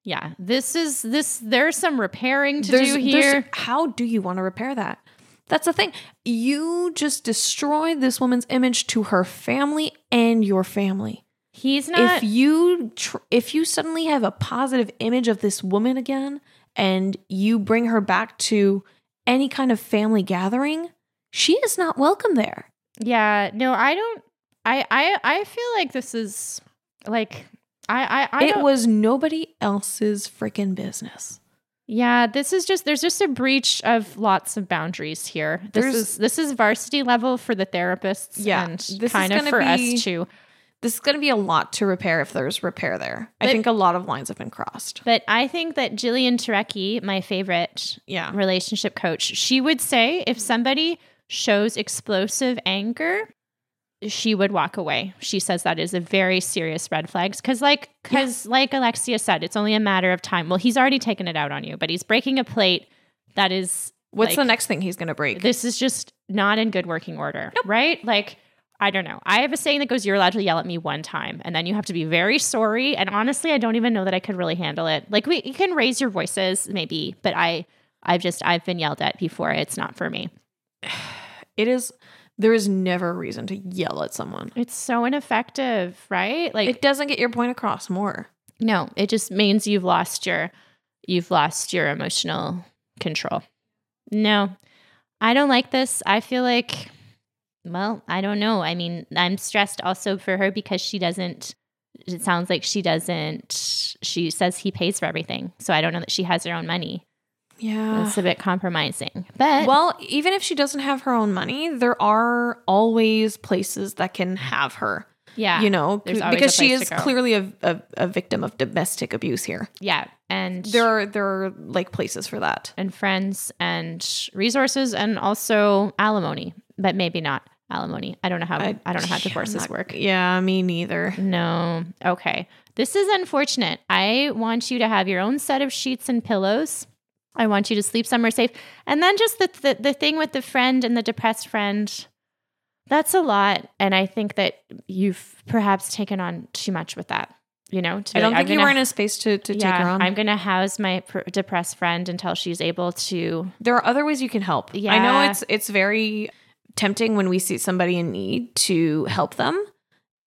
S1: yeah this is this there's some repairing to do
S2: there's-
S1: here
S2: how do you want to repair that? That's the thing. You just destroy this woman's image to her family and your family.
S1: he's not
S2: if you tr- if you suddenly have a positive image of this woman again and you bring her back to any kind of family gathering, she is not welcome there.
S1: yeah no i don't i i i feel like this is like i i, I
S2: it
S1: don't-
S2: was nobody else's freaking business.
S1: yeah this is just there's just a breach of lots of boundaries here this
S2: There's-
S1: is this is varsity level for the therapists
S2: Yeah,
S1: and
S2: this is
S1: kind of
S2: gonna
S1: for
S2: be-
S1: us too
S2: This is going to be a lot to repair if there's repair there. I
S1: But-
S2: think a lot of lines have been crossed.
S1: but i think that jillian Turecki, my favorite
S2: Yeah.
S1: relationship coach, she would say if somebody shows explosive anger, she would walk away. She says that is a very serious red flags because, like, because like Alexia said, it's only a matter of time. Well, he's already taken it out on you, but he's breaking a plate that is
S2: What's the
S1: like,
S2: next thing he's going to break?
S1: This is just not in good working order, right? Like. I don't know. I have a saying that goes, You're allowed to yell at me one time, and then you have to be very sorry. And honestly, I don't even know that I could really handle it. Like, we, you can raise your voices, maybe, but I, I've just, I've been yelled at before. It's not for me.
S2: It is There is never a reason to yell at someone.
S1: It's so ineffective, right? Like
S2: It doesn't get your point across more.
S1: no, it just means you've lost your you've lost your emotional control. No. I don't like this. I feel like well, I don't know. I mean, I'm stressed also for her because she doesn't it sounds like she doesn't she says he pays for everything. So I don't know that she has her own money.
S2: Yeah.
S1: It's a bit compromising. But
S2: Well, even if she doesn't have her own money, there are always places that can have her.
S1: yeah.
S2: you know,
S1: there's
S2: c-
S1: always
S2: because
S1: a
S2: she
S1: place
S2: is
S1: to go.
S2: clearly a, a, a victim of domestic abuse here.
S1: yeah. And
S2: There are there are like places for that.
S1: and friends and resources and also alimony, but maybe not alimony. I don't know how Um, I, don't know
S2: *laughs*
S1: how
S2: I'm
S1: divorces
S2: not-
S1: work.
S2: Yeah, me neither.
S1: No. Okay. This is unfortunate. I want you to have your own set of sheets and pillows. I want you to sleep somewhere safe. And then just the the, the thing with the friend and the depressed friend. That's a lot. And I think that you've perhaps taken on too much with that. You know, to be
S2: I don't
S1: like,
S2: think
S1: I'm
S2: you
S1: gonna-
S2: were in a space to, to take her on.
S1: I'm going to house my pr- depressed friend until she's able to
S2: there are other ways you can help. I
S1: Yeah.
S2: know it's it's very tempting when we see somebody in need to help them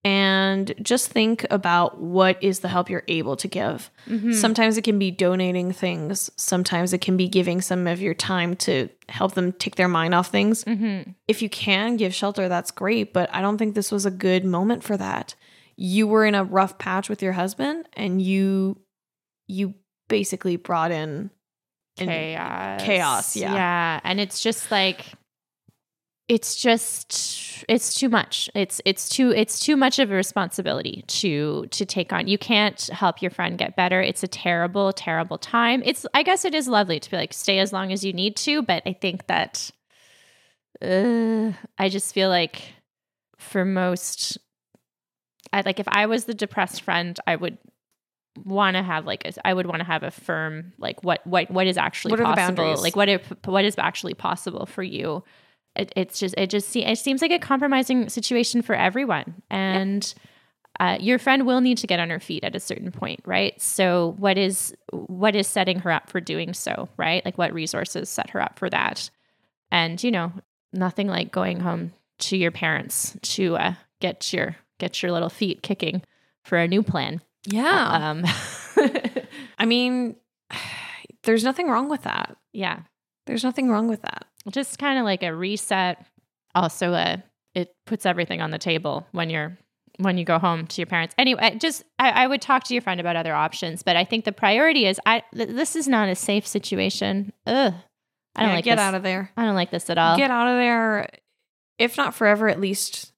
S2: and just think about what is the help you're able to give.
S1: Mhm.
S2: Sometimes it can be donating things, sometimes it can be giving some of your time to help them take their mind off things.
S1: Mm-hmm.
S2: If you can give shelter, that's great, but I don't think this was a good moment for that. You were in a rough patch with your husband and you you basically brought in an-
S1: Chaos.
S2: chaos, yeah.
S1: Yeah. And it's just like it's just it's too much. It's it's too it's too much of a responsibility to to take on. You can't help your friend get better. It's a terrible, terrible time. It's I guess it is lovely to be like stay as long as you need to, but I think that uh, I just feel like for most I like if I was the depressed friend, I would want to have like a, I would want to have a firm like what what what is actually
S2: What are the
S1: possible
S2: boundaries?
S1: like what if, what is actually possible for you. It, it's just it just se- it seems like a compromising situation for everyone and. Uh, your friend will need to get on her feet at a certain point, right? So, what is what is setting her up for doing so, right? Like, what resources set her up for that? and you know nothing like going home to your parents to uh, get your get your little feet kicking for a new plan
S2: Yeah.
S1: um *laughs*
S2: I mean, *sighs* there's nothing wrong with that.
S1: yeah
S2: There's nothing wrong with that.
S1: just kind of like a reset also uh it puts everything on the table when you're when you go home to your parents anyway just I, I would talk to your friend about other options but i think the priority is i th- this is not a safe situation ugh i don't
S2: Yeah,
S1: like
S2: get
S1: this
S2: out of there.
S1: i don't like this at all
S2: Get out of there. If not forever, at least.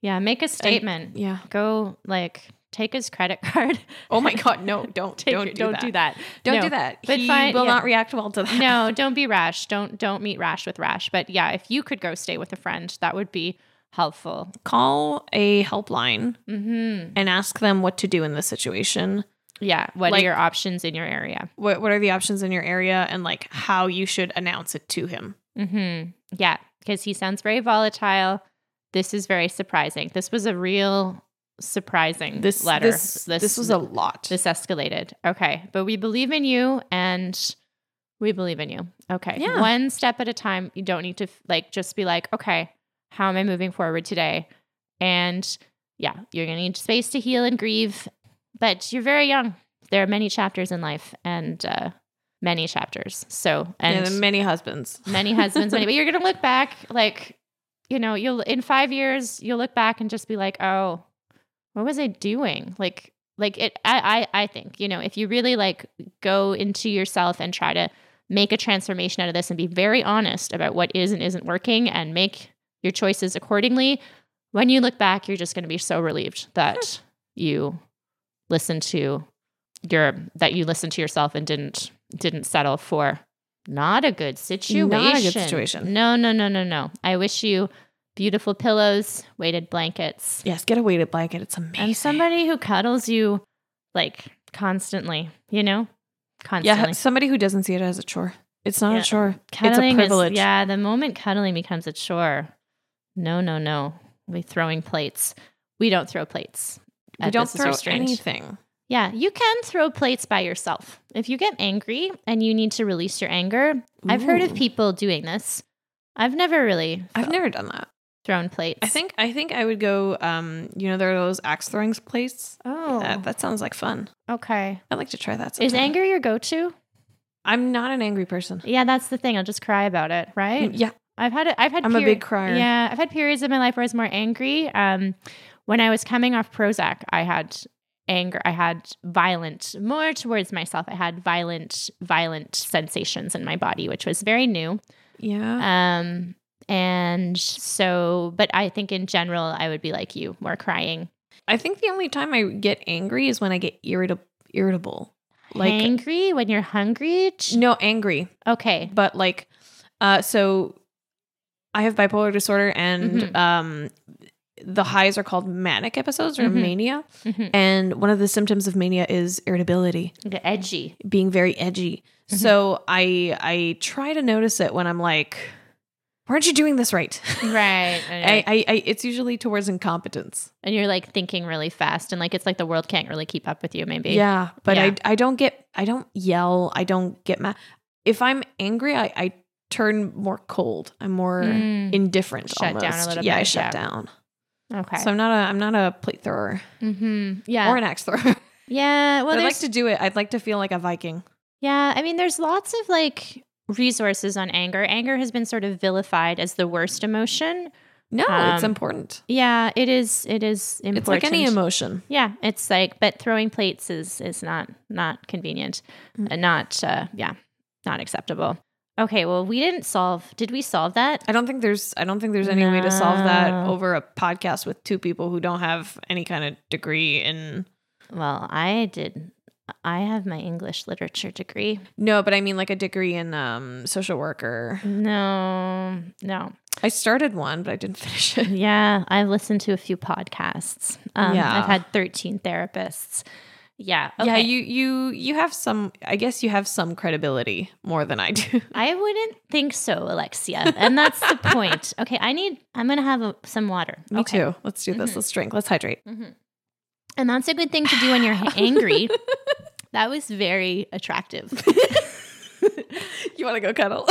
S1: yeah make a statement *laughs*
S2: Yeah.
S1: go like take his credit *laughs* card
S2: Oh my God. No. Don't.
S1: Take
S2: don't.
S1: your-
S2: Do
S1: don't
S2: that.
S1: do that.
S2: Don't
S1: No.
S2: do that.
S1: But
S2: he
S1: fine-
S2: will
S1: yeah.
S2: not react well to that.
S1: No, don't be rash. Don't don't meet rash with rash. But yeah, if you could go stay with a friend, that would be helpful.
S2: Call a helpline
S1: hmm
S2: and ask them what to do in this situation.
S1: Yeah. What
S2: Like-
S1: are your options in your area?
S2: What What are the options in your area and like how you should announce it to him?
S1: hmm Yeah, because he sounds very volatile. This is very surprising. This was a real surprising
S2: This
S1: letter.
S2: This, this, was a lot.
S1: this escalated. Okay, but we believe in you and we believe in you. Okay.
S2: Yeah.
S1: One step at a time. You don't need to f- like just be like, okay, how am I moving forward today? And yeah, you're going to need space to heal and grieve, but you're very young. There are many chapters in life and uh, many chapters. So,
S2: and
S1: and
S2: many husbands.
S1: many husbands, many, but you're going to look back like, you know, you'll in five years, you'll look back and just be like, oh, what was I doing? Like, like it, I, I, I think, you know, if you really like go into yourself and try to make a transformation out of this and be very honest about what is and isn't working and make your choices accordingly, when you look back, you're just going to be so relieved that you listened to your, that you listened to yourself and didn't, didn't settle for not a good situation.
S2: situation.
S1: No, no, no, no, no. I wish you beautiful pillows, weighted blankets,
S2: Yes. Get a weighted blanket. It's amazing.
S1: and somebody who cuddles you like constantly, you know, constantly.
S2: Yeah, somebody who doesn't see it as a chore. It's not
S1: Yeah.
S2: a chore.
S1: Cuddling
S2: it's a privilege.
S1: Is, yeah, the moment cuddling becomes a chore. No, no, no. We throwing plates. We don't throw plates.
S2: we
S1: at
S2: don't
S1: Uh, This Is Your
S2: throw
S1: Strange.
S2: anything.
S1: Yeah, you can throw plates by yourself. If you get angry and you need to release your anger, I've heard of
S2: Ooh.
S1: people doing this. I've never really
S2: I've never done that.
S1: thrown plates.
S2: I think I think I would go. Um, you know, there are those axe throwing plates. Uh,
S1: Oh,
S2: That, that sounds like fun.
S1: okay.
S2: I'd like to try that.
S1: Is
S2: sometime.
S1: anger your go-to?
S2: I'm not an angry person. Mm,
S1: Yeah, that's the thing. I'll just cry about it, right?
S2: Yeah,
S1: I've had I've had
S2: I'm a
S1: peri-
S2: big crier.
S1: Yeah, I've had periods of my life where I was more angry. Um, when I was coming off Prozac, I had anger. I had violent, more towards myself. I had violent, violent sensations in my body, which was very new.
S2: yeah.
S1: Um, and so, but I think in general, I would be like you, more crying,
S2: I think the only time I get angry is when I get irritable. Irritable,
S1: like
S2: like
S1: angry when you're hungry. Ch-
S2: no angry,
S1: Okay.
S2: but like, uh, so I have bipolar disorder, and
S1: Mhm.
S2: um, the highs are called manic episodes or
S1: Mhm.
S2: mania,
S1: Mhm.
S2: and one of the symptoms of mania is irritability.
S1: The edgy.
S2: being very edgy.
S1: Mhm.
S2: So I I try to notice it when I'm like, why aren't you doing this right?
S1: Right. And you're,
S2: *laughs* I,
S1: like,
S2: I, I it's usually towards incompetence.
S1: and you're like thinking really fast and like it's like the world can't really keep up with you, maybe.
S2: Yeah, but
S1: Yeah.
S2: I I don't get I don't yell. I don't get mad. If I'm angry, I I turn more cold. I'm more
S1: Mm.
S2: indifferent.
S1: Shut down a
S2: almost.
S1: little
S2: Yeah, I
S1: bit,
S2: shut
S1: yeah.
S2: down.
S1: Okay.
S2: So I'm not a I'm not a plate thrower
S1: mm-hmm. Yeah.
S2: or an axe thrower.
S1: yeah. Well,
S2: *laughs* I'd
S1: there's
S2: like to do it. I'd like to feel like a Viking.
S1: Yeah, I mean, there's lots of like resources on anger. Anger has been sort of vilified as the worst emotion.
S2: No, it's
S1: Um,
S2: important.
S1: Yeah, it is. It is important.
S2: It's like any emotion.
S1: yeah, it's like, but throwing plates is is not not convenient,
S2: Mm.
S1: and not uh, yeah, not acceptable. Okay, well, we didn't solve. Did we solve that?
S2: I don't think there's I don't think there's any way to solve that
S1: No.
S2: over a podcast with two people who don't have any kind of degree in
S1: Well, I did. I have my English literature degree.
S2: No, but I mean like a degree in um social worker.
S1: No, no.
S2: I started one, but I didn't *laughs* finish it.
S1: Yeah, I've listened to a few podcasts. Um,
S2: Yeah.
S1: I've had 13 therapists. *laughs* Yeah.
S2: Yeah,
S1: okay.
S2: you you you have some I guess you have some credibility more than I do. *laughs*
S1: I wouldn't think so, Alexia. And that's the
S2: *laughs*
S1: point. Okay, I need, I'm going to have a, some water.
S2: Me
S1: okay.
S2: too. Let's do this.
S1: Mhm.
S2: Let's drink. Let's hydrate.
S1: Mhm. And that's a good thing to do when you're h- angry. That was very
S2: *laughs*
S1: attractive.
S2: *laughs*
S1: *laughs*
S2: You want to go cuddle?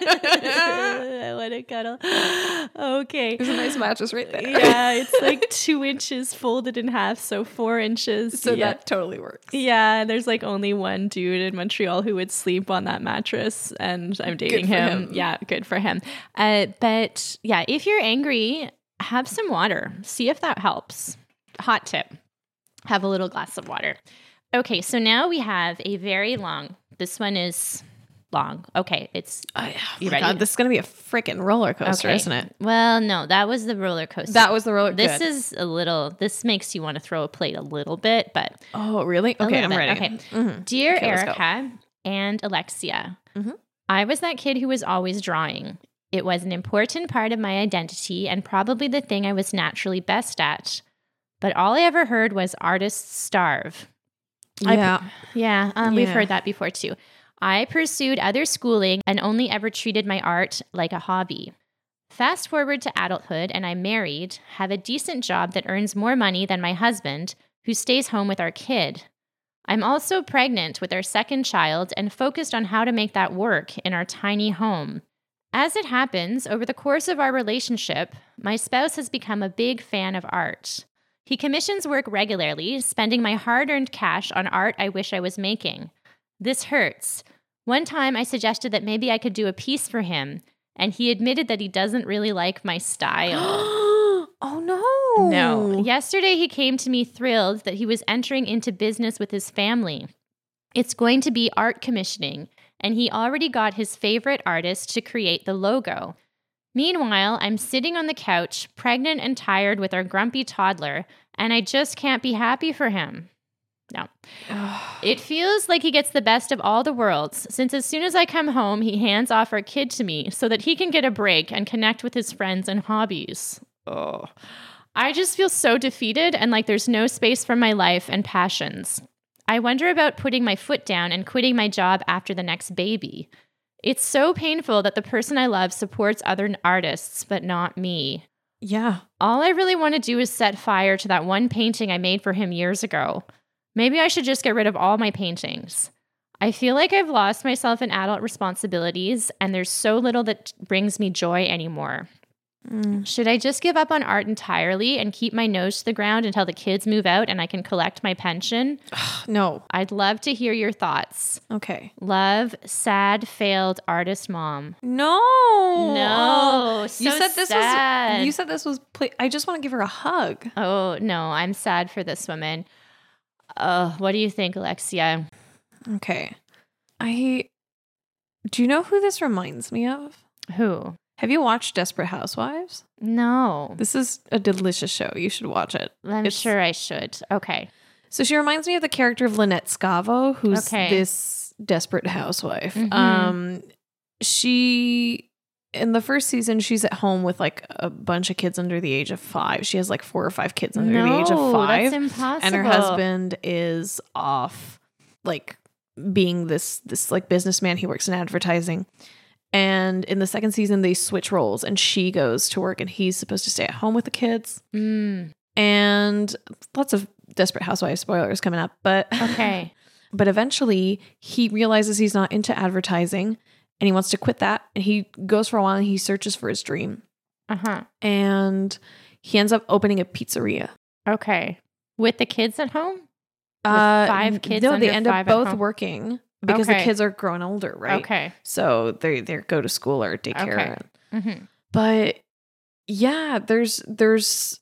S1: I want to cuddle. Okay.
S2: There's a nice mattress right there.
S1: *laughs* Yeah, it's like two inches folded in half, so four inches.
S2: *laughs* So
S1: yeah.
S2: that totally works.
S1: Yeah, there's like only one dude in Montreal who would sleep on that mattress, and I'm dating
S2: for
S1: him.
S2: him.
S1: Yeah, good for him. Uh, but yeah, if you're angry, have some water. See if that helps. Hot tip have a little glass of water. Okay, so now we have a very long, this one is long. Okay, it's,
S2: Oh, yeah.
S1: You
S2: My
S1: ready?
S2: God, this is gonna be a freaking roller coaster,
S1: Okay.
S2: isn't it?
S1: well, no, that was the roller coaster.
S2: That was the roller.
S1: this
S2: good.
S1: is a little, this makes you want to throw a plate a little bit, but
S2: Oh, really? Okay,
S1: little
S2: I'm
S1: bit.
S2: ready.
S1: Okay.
S2: Mhm.
S1: Dear
S2: Okay, let's go.
S1: Erica and Alexia,
S2: Mhm.
S1: I was that kid who was always drawing. It was an important part of my identity and probably the thing I was naturally best at. But all I ever heard was artists starve. I-
S2: Yeah.
S1: Yeah, um, we've
S2: Yeah.
S1: heard that before too. I pursued other schooling and only ever treated my art like a hobby. Fast forward to adulthood, and I'm married, have a decent job that earns more money than my husband, who stays home with our kid. I'm also pregnant with our second child and focused on how to make that work in our tiny home. As it happens, over the course of our relationship, my spouse has become a big fan of art. He commissions work regularly, spending my hard earned cash on art I wish I was making. This hurts. One time I suggested that maybe I could do a piece for him, and he admitted that he doesn't really like my style.
S2: *gasps* oh no.
S1: no. Yesterday he came to me thrilled that he was entering into business with his family. It's going to be art commissioning, and he already got his favorite artist to create the logo. Meanwhile, I'm sitting on the couch, pregnant and tired with our grumpy toddler, and I just can't be happy for him. No. It feels like he gets the best of all the worlds, since as soon as I come home, he hands off our kid to me so that he can get a break and connect with his friends and hobbies. Oh. I just feel so defeated and like there's no space for my life and passions. I wonder about putting my foot down and quitting my job after the next baby. It's so painful that the person I love supports other artists, but not me.
S2: *sighs* Yeah.
S1: All I really want to do is set fire to that one painting I made for him years ago. Maybe I should just get rid of all my paintings. I feel like I've lost myself in adult responsibilities, and there's so little that brings me joy anymore.
S2: Mm.
S1: Should I just give up on art entirely and keep my nose to the ground until the kids move out and I can collect my pension?
S2: *sighs* No.
S1: I'd love to hear your thoughts.
S2: Okay.
S1: Love, sad, failed artist mom.
S2: No.
S1: No,
S2: Oh.
S1: so
S2: you said this
S1: sad.
S2: was. You said this was. Pla- I just want to give her a hug.
S1: Oh, no, I'm sad for this woman. Oh, what do you think, Alexia?
S2: Okay. I. Do you know who this reminds me of?
S1: Who?
S2: Have you watched Desperate Housewives?
S1: No.
S2: This is a delicious show. You should watch it.
S1: I'm
S2: it's-
S1: sure I should. Okay.
S2: So she reminds me of the character of Lynette Scavo, who's
S1: Okay.
S2: this desperate housewife.
S1: Mhm.
S2: Um, she in the first season, she's at home with like a bunch of kids under the age of five. She has like four or five kids under the age of
S1: No,
S2: five,
S1: That's impossible.
S2: and her husband is off, like being this this like businessman. He works in advertising. And in the second season, they switch roles, and she goes to work, and he's supposed to stay at home with the kids
S1: Mm,
S2: and lots of desperate housewives spoilers coming up but *laughs*
S1: okay.
S2: but eventually he realizes he's not into advertising and he wants to quit that and he goes for a while and he searches for his dream
S1: Uh huh.
S2: and he ends up opening a pizzeria
S1: Okay. With the kids at home? five kids
S2: Uh, no they
S1: under
S2: end
S1: five
S2: up
S1: at
S2: both
S1: home?
S2: working because the
S1: Okay.
S2: kids are grown older right
S1: Okay.
S2: so they they go to school or daycare
S1: Okay. Mm-hmm.
S2: but yeah there's there's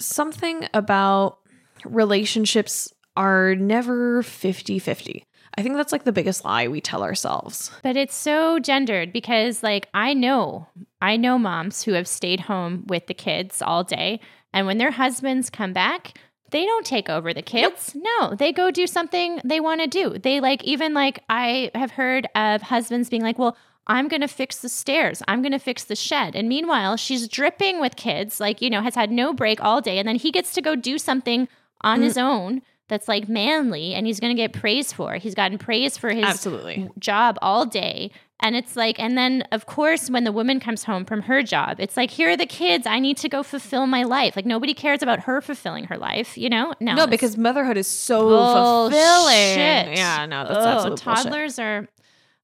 S2: something about relationships are never 50-50 i think that's like the biggest lie we tell ourselves
S1: But it's so gendered because, like, I know, I know moms who have stayed home with the kids all day. And when their husbands come back, they don't take over the kids. No, they go do something they want to do. They like, even like, I have heard of husbands being like, well, I'm going to fix the stairs. I'm going to fix the shed. And meanwhile, she's dripping with kids, like, you know, has had no break all day. And then he gets to go do something on
S2: Mm.
S1: his own that's like manly and he's going to get praise for. it. He's gotten praise for his
S2: absolutely
S1: job all day. And it's like, and then of course, when the woman comes home from her job, it's like, here are the kids. I need to go fulfill my life. Like nobody cares about her fulfilling her life, you know? No,
S2: no
S1: it's
S2: because motherhood is so
S1: bullshit.
S2: fulfilling yeah no that's
S1: Oh,
S2: absolutely toddlers,
S1: toddlers are.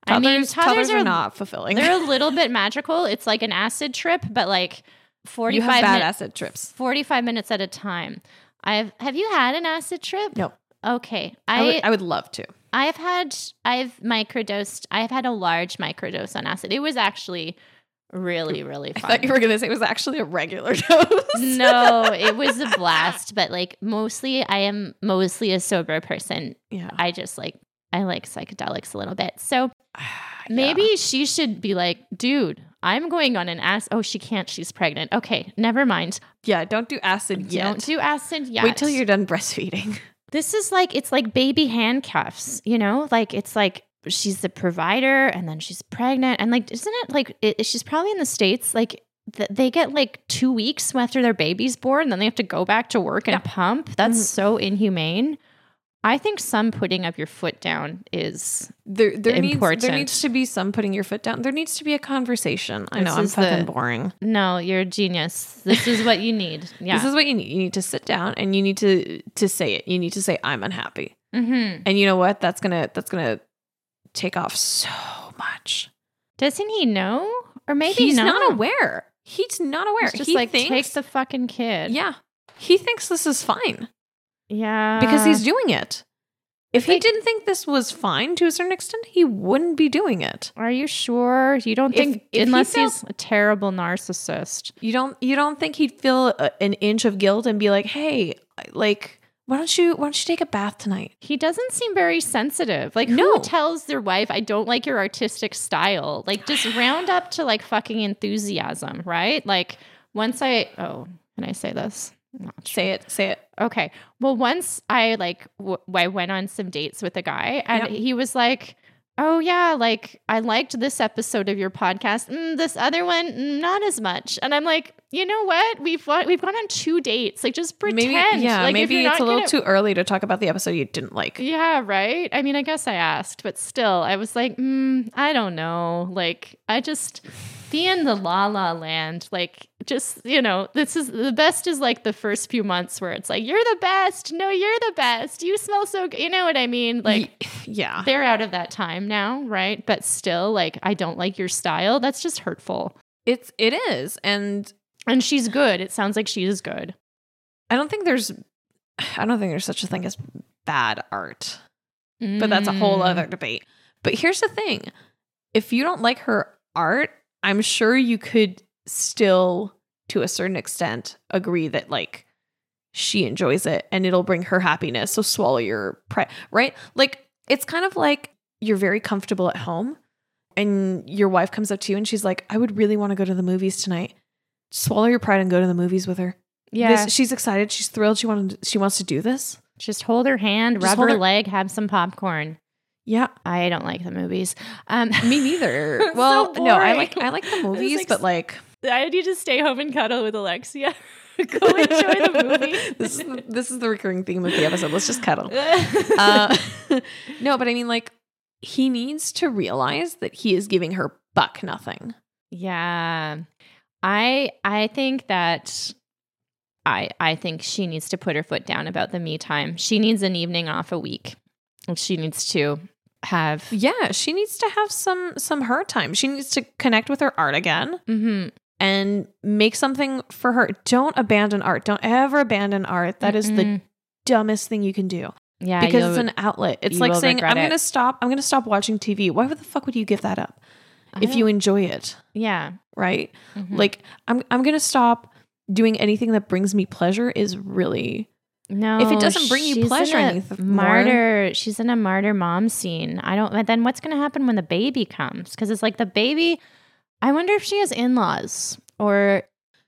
S1: I
S2: toddlers,
S1: mean, toddlers, are,
S2: not fulfilling *laughs*
S1: They're a little bit magical. It's like an acid trip, but like
S2: you have
S1: forty-five
S2: bad
S1: minutes.
S2: acid trips
S1: Forty-five minutes at a time. I've have you had an acid trip?
S2: no
S1: Okay,
S2: I, would, I would love to
S1: I've had I've microdosed I've had a large microdose on acid. It was actually really really
S2: i
S1: fun.
S2: thought you were gonna say it was actually a regular *laughs* dose
S1: no, it was a
S2: *laughs*
S1: blast, but like mostly I am mostly a sober person.
S2: yeah
S1: I just like I like psychedelics a little bit. So
S2: *sighs* Yeah.
S1: maybe she should be like, "Dude, I'm going on an acid. Oh, she can't. She's pregnant. Okay, never mind.
S2: yeah don't do acid yet
S1: Don't do acid yet.
S2: wait till you're done breastfeeding
S1: This is like it's like baby handcuffs, you know? Like it's like she's the provider and then she's pregnant and like isn't it like it, she's probably in the states like th- they get like 2 weeks after their baby's born then they have to go back to work and pump. That's
S2: Mhm.
S1: so inhumane. I think some putting of your foot down is
S2: there there needs
S1: Important.
S2: there needs to be some putting your foot down. There needs to be a conversation. I
S1: This
S2: know I'm
S1: is
S2: fucking
S1: the-
S2: boring.
S1: no, you're a genius. This is what you need. Yeah.
S2: *laughs* This is what you need. You need to sit down and you need to to say it. You need to say I'm unhappy.
S1: mm-hmm.
S2: And you know what? That's gonna that's gonna take off so much.
S1: Doesn't he know? Or maybe
S2: he's
S1: not.
S2: not aware. He's not aware.
S1: It's just
S2: he
S1: like
S2: thinks
S1: take the fucking kid.
S2: yeah. He thinks this is fine
S1: Yeah.
S2: because he's doing it. If he
S1: Uh, like-
S2: didn't think this was fine to a certain extent, he wouldn't be doing it.
S1: Are you sure? You don't
S2: If-
S1: think
S2: if he
S1: unless
S2: felt-
S1: he's a terrible narcissist.
S2: You don't you don't think he'd feel a, an inch of guilt and be like, "Hey, I- like why don't you why don't you take a bath tonight?"
S1: He doesn't seem very sensitive. Like
S2: No.
S1: who tells their wife, "I don't like your artistic style." Like just round up to like fucking enthusiasm, right? Like once I oh, can I say this? Not sure.
S2: Say it, say it.
S1: Okay. Well, once I like w- I went on some dates with a guy and
S2: Yep.
S1: he was like, "Oh yeah, like I liked this episode of your podcast. Mm, this other one, mm, not as much." And I'm like, "You know what? We've wa- we've gone on two dates. Like just pretend.
S2: Maybe, yeah,
S1: like, if
S2: maybe
S1: you're
S2: it's
S1: not
S2: a little
S1: gonna-
S2: too early to talk about the episode you didn't like.
S1: Yeah, right. I mean, I guess I asked, but still, I was like, mm, I don't know. Like, I just be in the la la land. Like, just, you know, this is the best is like the first few months where it's like, you're the best. No, you're the best. You smell so good. You know what I mean? Like,
S2: Y- *sighs* yeah.
S1: they're out of that time now, right? But still, like, I don't like your style. That's just hurtful.
S2: It's it is. And
S1: And she's good. It sounds like she is good.
S2: I don't think there's *sighs* I don't think there's such a thing as bad art. But that's a whole
S1: Mm.
S2: other debate. But here's the thing. If you don't like her art, I'm sure you could still to a certain extent agree that like she enjoys it and it'll bring her happiness. So swallow your pride, right? Like it's kind of like you're very comfortable at home and your wife comes up to you and she's like, "I would really want to go to the movies tonight." Swallow your pride and go to the movies with her.
S1: Yeah.
S2: This- she's excited. She's thrilled. She wanted. She wants to do this.
S1: just hold her hand,
S2: Just
S1: rub her,
S2: hold her-
S1: leg, have some popcorn.
S2: Yeah,
S1: I don't like the movies. Um,
S2: *laughs* me neither.
S1: *laughs* So
S2: well, no, I
S1: boring.
S2: like I *laughs* like the
S1: was
S2: movies,
S1: like-
S2: but *laughs* like
S1: I need to stay home and cuddle with Alexia. *laughs*
S2: *laughs*
S1: Go enjoy the movie.
S2: this is the, this is the recurring theme of the episode. Let's just
S1: *laughs*
S2: cuddle.
S1: uh,
S2: Uh, *laughs* no, but I mean, like he needs to realize that he is giving her buck nothing.
S1: yeah. I I think that I I think she needs to put her foot down about the me time. She needs an evening off a week. And she needs to have
S2: Yeah, she needs to have some some her time. She needs to connect with her art again
S1: Mhm.
S2: and make something for her. Don't abandon art. Don't ever abandon art. That is the
S1: Mm-mm.
S2: dumbest thing you can do.
S1: yeah,
S2: because it's
S1: you'll-
S2: an outlet. It's
S1: you
S2: like
S1: will
S2: saying
S1: regret
S2: I'm going
S1: it."
S2: to stop I'm going to stop watching TV. Why the fuck would you give that up
S1: I
S2: if
S1: don't-
S2: you enjoy it,
S1: yeah
S2: right?
S1: Mhm.
S2: Like I'm I'm going to stop doing anything that brings me pleasure is really
S1: no
S2: if it doesn't bring you
S1: she's in
S2: pleasure
S1: a
S2: anyth- more-
S1: martyr she's in a martyr mom scene I don't but then what's gonna happen when the baby comes because it's like the baby I wonder if she has in laws or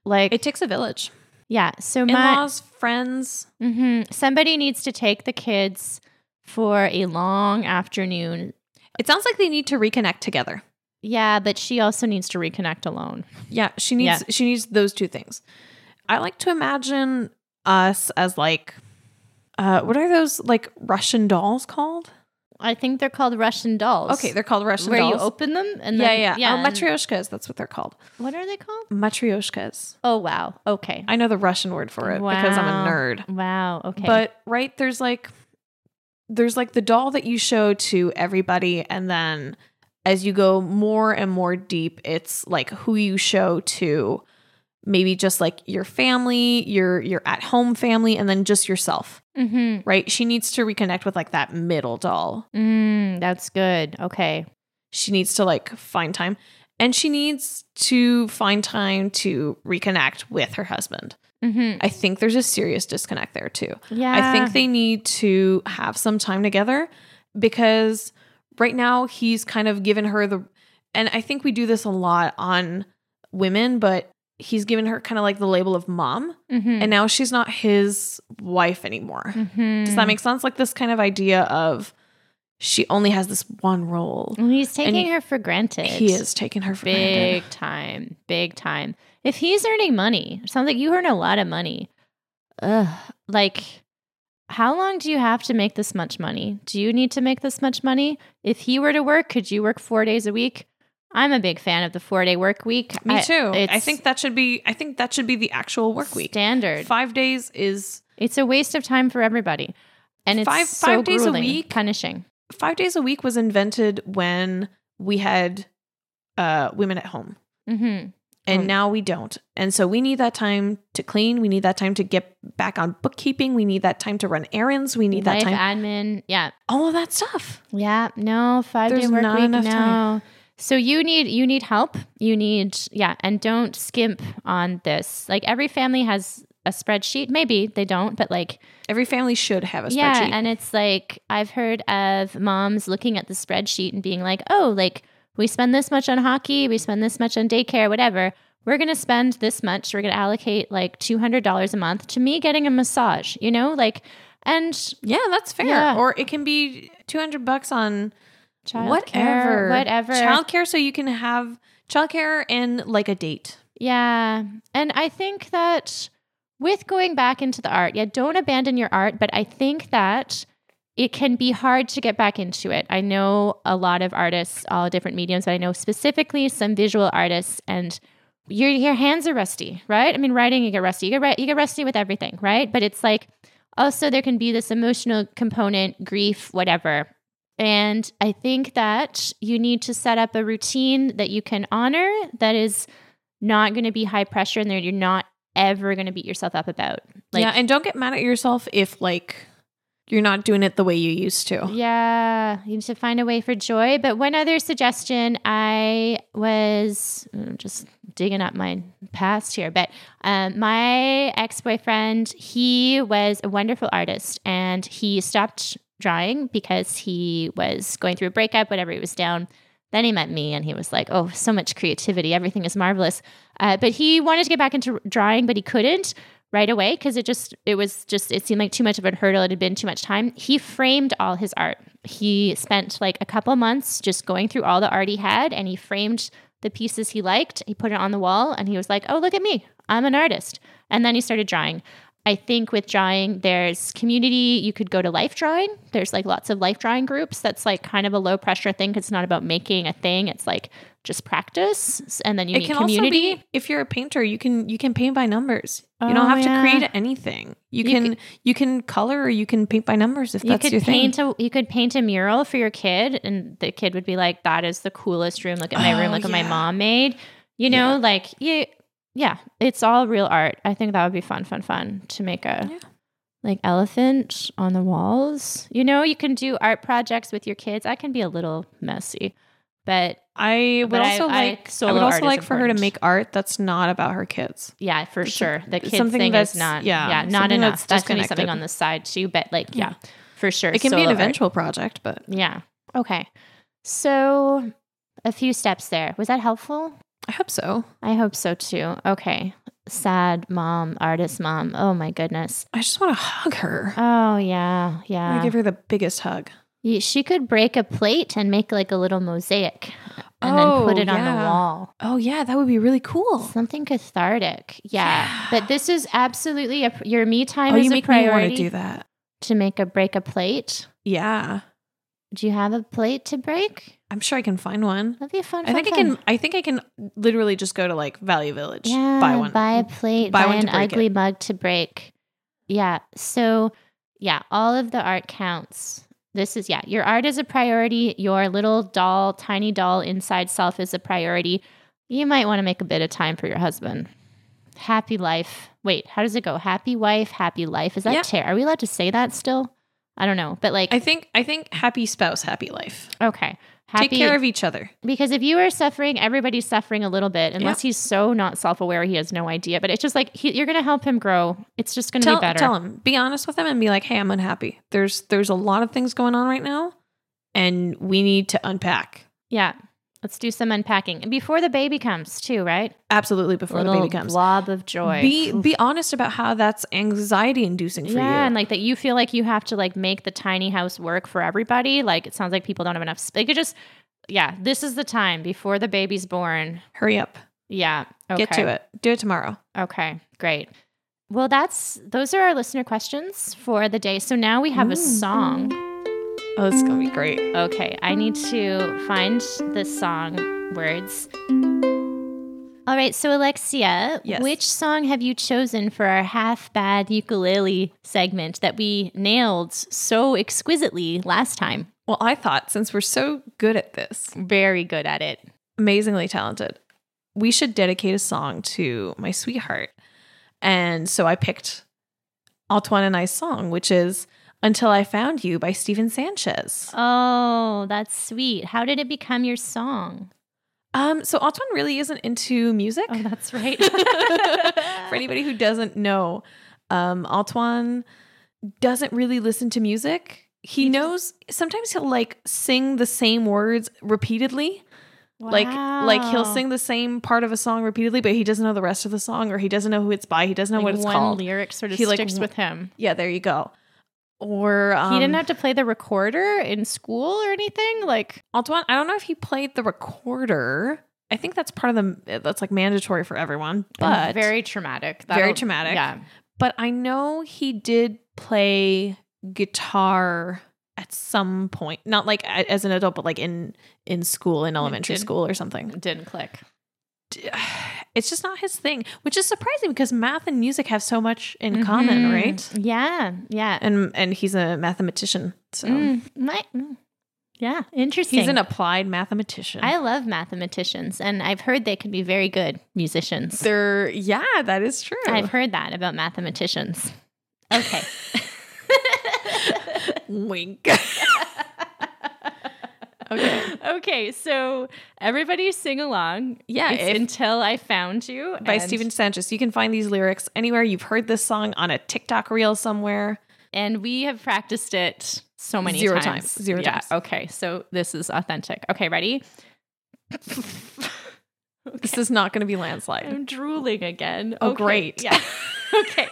S1: like
S2: it takes a village.
S1: yeah so my
S2: In-laws, friends.
S1: hmm Somebody needs to take the kids for a long afternoon.
S2: It sounds like they need to reconnect together.
S1: Yeah, but she also needs to reconnect alone.
S2: Yeah, she needs she needs those two things. I like to imagine us as like uh, what are those like Russian dolls called?
S1: I think they're called Russian dolls.
S2: Okay, they're called Russian
S1: where
S2: dolls.
S1: you open them and
S2: yeah,
S1: then,
S2: yeah, yeah. Oh,
S1: and-
S2: matryoshkas. That's what they're called.
S1: What are they called?
S2: Matryoshkas.
S1: Oh wow. Okay.
S2: I know the Russian word for it because I'm a
S1: Wow.
S2: nerd.
S1: Wow. Okay.
S2: But right there's like there's like the doll that you show to everybody and then as you go more and more deep it's like who you show to maybe just like your family, your your at-home family and then just yourself,
S1: Mhm.
S2: right? She needs to reconnect with like that middle doll.
S1: Mm, that's good. Okay.
S2: She needs to like find time and she needs to find time to reconnect with her husband.
S1: Mhm.
S2: I think there's a serious disconnect there too.
S1: Yeah.
S2: I think they need to have some time together because right now he's kind of given her the and I think we do this a lot on women, but he's given her kind of like the label of mom
S1: Mhm.
S2: and now she's not his wife anymore.
S1: Mhm.
S2: Does that make sense? Like this kind of idea of she only has this one role.
S1: Well, He's
S2: and
S1: taking her for granted.
S2: He is taking her for
S1: big
S2: granted.
S1: time, big time. If he's earning money, it sounds like you earn a lot of money. Ugh, like, how long do you have to make this much money? Do you need to make this much money? If he were to work, could you work four days a week? I'm a big fan of the four day work week.
S2: Me
S1: I-
S2: too. I,
S1: it's
S2: think that should be I think that should be the actual work week.
S1: standard.
S2: Five days is
S1: It's a waste of time for everybody, and it's
S2: Five-
S1: so
S2: five days a
S1: grueling,
S2: week?
S1: punishing.
S2: five days a week was invented when we had uh, women at home,
S1: Mm-hmm.
S2: and
S1: Oh.
S2: now we don't. And so we need that time to clean. We need that time to get back on bookkeeping. We need that time to run errands. We need that
S1: Life
S2: time.
S1: admin, yeah,
S2: all of that stuff.
S1: Yeah, no, five day
S2: There's
S1: work
S2: not
S1: week.
S2: enough
S1: no.
S2: time.
S1: So you need you need help. You need yeah, and don't skimp on this. Like every family has a spreadsheet. Maybe they don't, but like
S2: Every family should have a
S1: yeah,
S2: spreadsheet.
S1: and it's like I've heard of moms looking at the spreadsheet and being like, oh, like we spend this much on hockey, we spend this much on daycare, whatever. We're gonna spend this much. We're gonna allocate like two hundred dollars a month to me getting a massage. You know, like and
S2: yeah, that's fair.
S1: Yeah.
S2: Or it can be two hundred bucks on
S1: child
S2: whatever,
S1: whatever
S2: childcare, so you can have childcare and like a date.
S1: Yeah. And I think that with going back into the art, yeah, don't abandon your art, but I think that it can be hard to get back into it. I know a lot of artists, all different mediums, but I know specifically some visual artists, and your your hands are rusty, right? I mean, writing you get rusty, you get ri- you get rusty with everything, right? But it's like also there can be this emotional component, grief, whatever. And I think that you need to set up a routine that you can honor that is not going to be high pressure and that you're not ever going to beat yourself up about. Like,
S2: yeah, and don't get mad at yourself if like you're not doing it the way you used to.
S1: Yeah, you need to find a way for joy. But one other suggestion I was I'm just digging up my past here, but um, my ex boyfriend, he was a wonderful artist and he stopped drawing because he was going through a breakup, whatever, he was down. Then he met me and he was like, oh, so much creativity. Everything is marvelous. Uh, but he wanted to get back into drawing, but he couldn't right away because it just it was just it seemed like too much of a hurdle it had been too much time he framed all his art he spent like a couple months just going through all the art he had and he framed the pieces he liked he put it on the wall and he was like oh look at me i'm an artist and then he started drawing i think with drawing there's community you could go to life drawing there's like lots of life drawing groups that's like kind of a low pressure thing 'cause it's not about making a thing it's like just practice and then you
S2: It
S1: need
S2: can
S1: community
S2: also be if you're a painter, you can you can paint by numbers. you don't
S1: Oh,
S2: have
S1: yeah.
S2: to create anything.
S1: You
S2: You, can, you can color or you can paint by numbers if that's
S1: you could
S2: your
S1: paint
S2: thing.
S1: a you could paint a mural for your kid and the kid would be like that is the coolest room look at my room
S2: Oh,
S1: look what my
S2: yeah.
S1: mom made you know
S2: Yeah.
S1: like you yeah it's all real art i think that would be fun fun fun to make a
S2: Yeah.
S1: like elephant on the walls you know you can do art projects with your kids i can be a little messy but
S2: I would
S1: But I-
S2: also
S1: I-
S2: like I,
S1: solo
S2: would
S1: art
S2: also
S1: is
S2: like for her to
S1: important.
S2: make art that's not about her kids.
S1: yeah for
S2: It's
S1: sure the
S2: it's
S1: kids
S2: something
S1: thing
S2: that's-
S1: is not
S2: yeah,
S1: yeah, not
S2: something
S1: enough
S2: that's
S1: that's gonna be something
S2: disconnected.
S1: on the side too but like yeah,
S2: Yeah.
S1: for sure
S2: It can be an
S1: solo art.
S2: eventual project, but
S1: Yeah. Okay. So a few steps there. Was that helpful?
S2: I hope so.
S1: I hope so too. Okay. Sad mom, artist mom. Oh my goodness.
S2: I just want to hug her.
S1: Oh yeah.
S2: I want
S1: Yeah.
S2: to give her the biggest hug.
S1: Ye- she could break a plate and make like a little mosaic and
S2: Oh,
S1: then put it on the
S2: yeah.
S1: wall.
S2: Oh yeah, that would be really cool.
S1: Something cathartic. Yeah.
S2: Yeah.
S1: But this is absolutely a, your me time
S2: oh,
S1: is
S2: you
S1: a
S2: make me want
S1: priority
S2: to do that.
S1: to make a break a plate.
S2: Yeah,
S1: Do you have a plate to break?
S2: I'm sure I can find one.
S1: That'd be a fun.
S2: I
S1: fun,
S2: think I
S1: fun.
S2: can. I think I can literally just go to like Value Village,
S1: Yeah,
S2: buy one,
S1: a plate, buy,
S2: Buy one
S1: an
S2: to break
S1: ugly mug to break. Yeah. So, yeah, all of the art counts. This is, yeah, your art is a priority. Your little doll, tiny doll inside self is a priority. You might want to make a bit of time for your husband. Happy life. Wait, how does it go? Happy wife, happy life. Is that
S2: Yeah.
S1: chair? Are we allowed to say that still? I don't know, but like,
S2: I think. I think happy spouse, happy life.
S1: okay. Happy,
S2: Take care of each other.
S1: because if you are suffering, everybody's suffering a little bit, unless he's so not self aware, he has no idea. But it's just like he, you're going to help him grow. It's just going to
S2: Tell,
S1: be better.
S2: tell him. Be honest with him and be like, "Hey, I'm unhappy. There's there's a lot of things going on right now, and we need to unpack."
S1: Yeah. Let's do some unpacking. And before the baby comes, too, right?
S2: Absolutely, before
S1: Little
S2: the baby comes.
S1: blob of joy.
S2: Be be honest about how that's anxiety inducing for
S1: yeah,
S2: you.
S1: and like that you feel like you have to like make the tiny house work for everybody. Like it sounds like people don't have enough space. It just, yeah, this is the time before the baby's born.
S2: Hurry up.
S1: Yeah. Okay.
S2: Get to it. Do it tomorrow.
S1: Okay, great. Well, that's those are our listener questions for the day. So now we have a
S2: Mm.
S1: song.
S2: Oh, this is gonna be great.
S1: Okay, I need to find the song words. All right, so Alexia,
S2: Yes.
S1: which song have you chosen for our half bad ukulele segment that we nailed so exquisitely last time?
S2: Well, I thought since we're so good at this,
S1: Very good at it.
S2: amazingly talented, we should dedicate a song to my sweetheart. And so I picked Antoine and I's song, which is Until I Found You by Steven Sanchez.
S1: Oh, that's sweet. How did it become your song?
S2: Um, so Antoine really isn't into music.
S1: Oh, that's *laughs* right.
S2: For anybody who doesn't know, um, Antoine doesn't really listen to music. He, knows sometimes he'll like sing the same words repeatedly. Like like he'll
S1: Wow.
S2: sing the same part of a song repeatedly, but he doesn't know the rest of the song or he doesn't know who it's by. He doesn't know
S1: Like
S2: what it's
S1: one
S2: called.
S1: lyric sort of
S2: He, like,
S1: sticks
S2: w-
S1: with him.
S2: yeah, there you go. Or um,
S1: he didn't have to play the recorder in school or anything. Like
S2: Antoine. I don't know if he played the recorder. I think that's part of the that's like mandatory for everyone, but
S1: very traumatic.
S2: Very
S1: That'll-
S2: traumatic.
S1: Yeah.
S2: but I know he did play guitar at some point, not like a- as an adult, but like in in school, in elementary
S1: did.
S2: school or something.
S1: Didn't click.
S2: D- It's just not his thing, which is surprising because math and music have so much in common, right?
S1: Mm-hmm. Yeah. Yeah.
S2: And and he's a mathematician, so
S1: Mm, my, mm. yeah. Interesting.
S2: he's an applied mathematician.
S1: I love mathematicians, and I've heard they can be very good musicians.
S2: They're yeah, that is true.
S1: I've heard that about mathematicians. Okay.
S2: Wink. okay.
S1: *laughs* okay, so everybody sing along.
S2: Yeah,
S1: It's
S2: if-
S1: until I found you
S2: by
S1: and-
S2: Steven Sanchez. You can find these lyrics anywhere. You've heard this song on a TikTok reel somewhere.
S1: and we have practiced it so many
S2: Zero
S1: times.
S2: times, zero
S1: yeah.
S2: times.
S1: Okay, so this is authentic. Okay, ready?
S2: This is not going to be landslide.
S1: I'm drooling again.
S2: Oh,
S1: Okay,
S2: great.
S1: Yeah. *laughs* okay.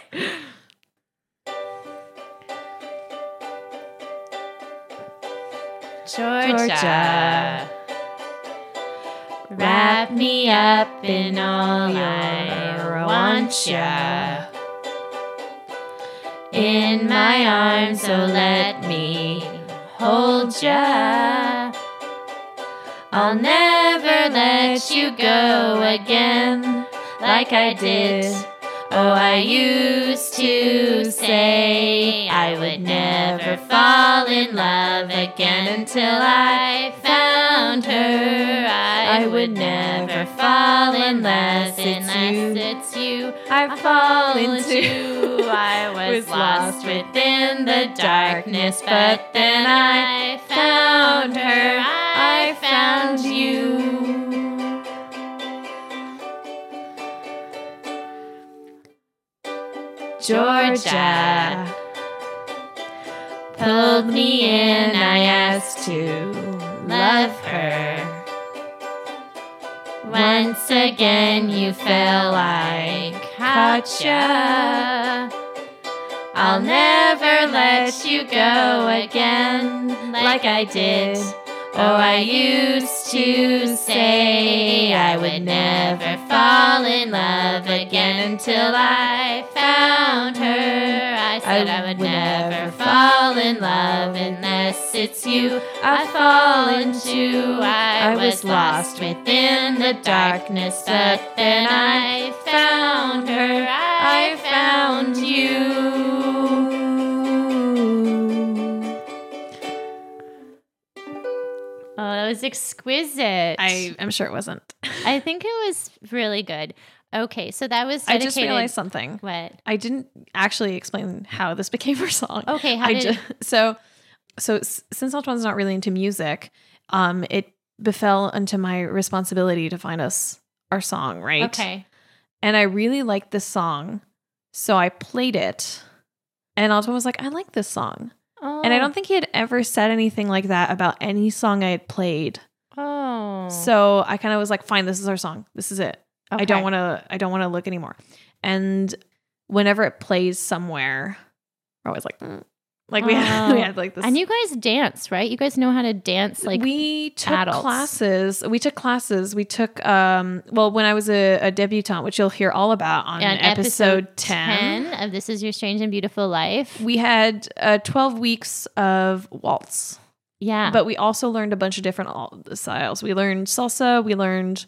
S1: Georgia,
S2: Georgia,
S1: wrap me up in all I want ya. In my arms, oh let me hold ya. I'll never let you go again like I did. Oh, I used to say I would never fall in love again until I found her. I would never fall unless it's you. It's you. I fall into. *laughs* I was lost within the darkness, but then I found her. I found you. Georgia pulled me in. I asked to love her. Once again, you fell like Katya. I'll never let you go again like I did. Oh, I used to say I would never fall in love again until I found her. I said I would never fall in love unless it's you. I fall into. I was lost within the darkness, but then I found her. I found you. Oh, that was exquisite.
S2: I am sure it wasn't.
S1: I think it was really good. Okay, so that was
S2: I
S1: dedicated.
S2: just realized something.
S1: what.
S2: I didn't actually explain how this became her song.
S1: Okay, Oh, how
S2: I
S1: did
S2: ju- so so s- since Elton's not really into music, um, it befell unto my responsibility to find us our song, right?
S1: okay?
S2: And I really liked this song, so I played it. And Elton was like, "I like this song,"
S1: Oh,
S2: and I don't think he had ever said anything like that about any song I had played.
S1: Oh,
S2: So I kind of was like, "Fine, this is our song. This is it." I don't want to I don't want to look anymore. And whenever it plays somewhere, we're always like "Mm." like we had, *laughs*
S1: Oh.
S2: we had like this
S1: And you guys dance, right? You guys know how to dance, like
S2: we took
S1: adults.
S2: classes. We took classes. We took um well when I was a, a debutante, which you'll hear all about on
S1: on
S2: episode, 10,
S1: 10 of This Is Your Strange and Beautiful Life.
S2: we had uh 12 weeks of waltz.
S1: Yeah.
S2: But we also learned a bunch of different al- styles. We learned salsa, we learned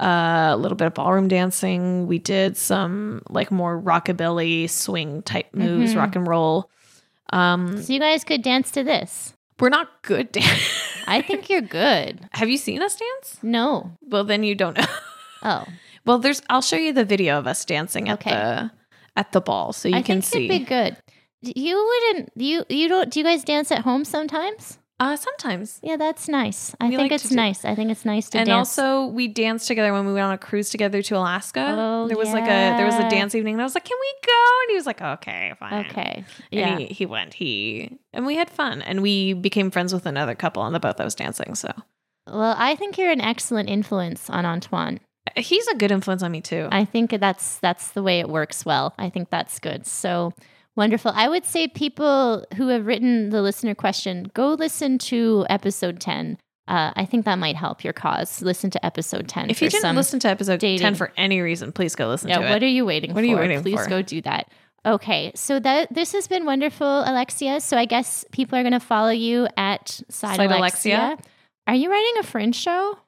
S2: uh, a little bit of ballroom dancing. We did some like more rockabilly swing type moves,
S1: Mhm.
S2: rock and roll. Um,
S1: so you guys could dance to this.
S2: we're not good *laughs* dan-
S1: I think you're good.
S2: Have you seen us dance?
S1: No.
S2: Well, then you don't know. *laughs*
S1: Oh,
S2: well, there's. I'll show you the video of us dancing at
S1: Okay.
S2: the at the ball, so you
S1: I
S2: can
S1: think it'd be
S2: see.
S1: good. D- You wouldn't. You you don't. Do you guys dance at home sometimes?
S2: Uh, sometimes.
S1: Yeah, that's nice. I
S2: We
S1: think
S2: like to
S1: it's
S2: do-
S1: nice. I think it's nice to
S2: and
S1: dance.
S2: also we danced together when we went on a cruise together to Alaska.
S1: Oh,
S2: there was like a there was
S1: yeah.
S2: a dance evening and I was like, "Can we go?" And he was like, "Okay, fine."
S1: okay.
S2: And
S1: Yeah.
S2: he, he went. He and we had fun and we became friends with another couple on the boat that was dancing. So
S1: Well, I think you're an excellent influence on Antoine.
S2: he's a good influence on me too.
S1: I think that's that's the way it works well. I think that's good. So wonderful. I would say people who have written the listener question, go listen to episode 10. Uh, I think that might help your cause. Listen to episode 10.
S2: if you
S1: for
S2: didn't
S1: some-
S2: listen to episode
S1: dating.
S2: ten for any reason, please go listen
S1: yeah,
S2: to
S1: what
S2: it.
S1: are you waiting
S2: What
S1: for?
S2: are you waiting
S1: Please
S2: for?
S1: go do that. Okay, so that this has been wonderful, Alexia. So I guess people are going to follow you at Side,
S2: Side
S1: Alexia.
S2: Alexia.
S1: Are you writing a fringe show?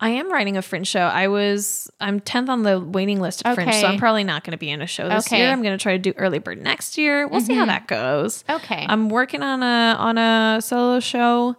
S2: I am writing a fringe show. I was I'm tenth on the waiting list at fringe, so
S1: Okay.
S2: I'm probably not going to be in a show this
S1: Okay.
S2: year. I'm going to try to do early bird next year. We'll see how
S1: Mhm.
S2: that goes.
S1: Okay,
S2: I'm working on a on a solo show.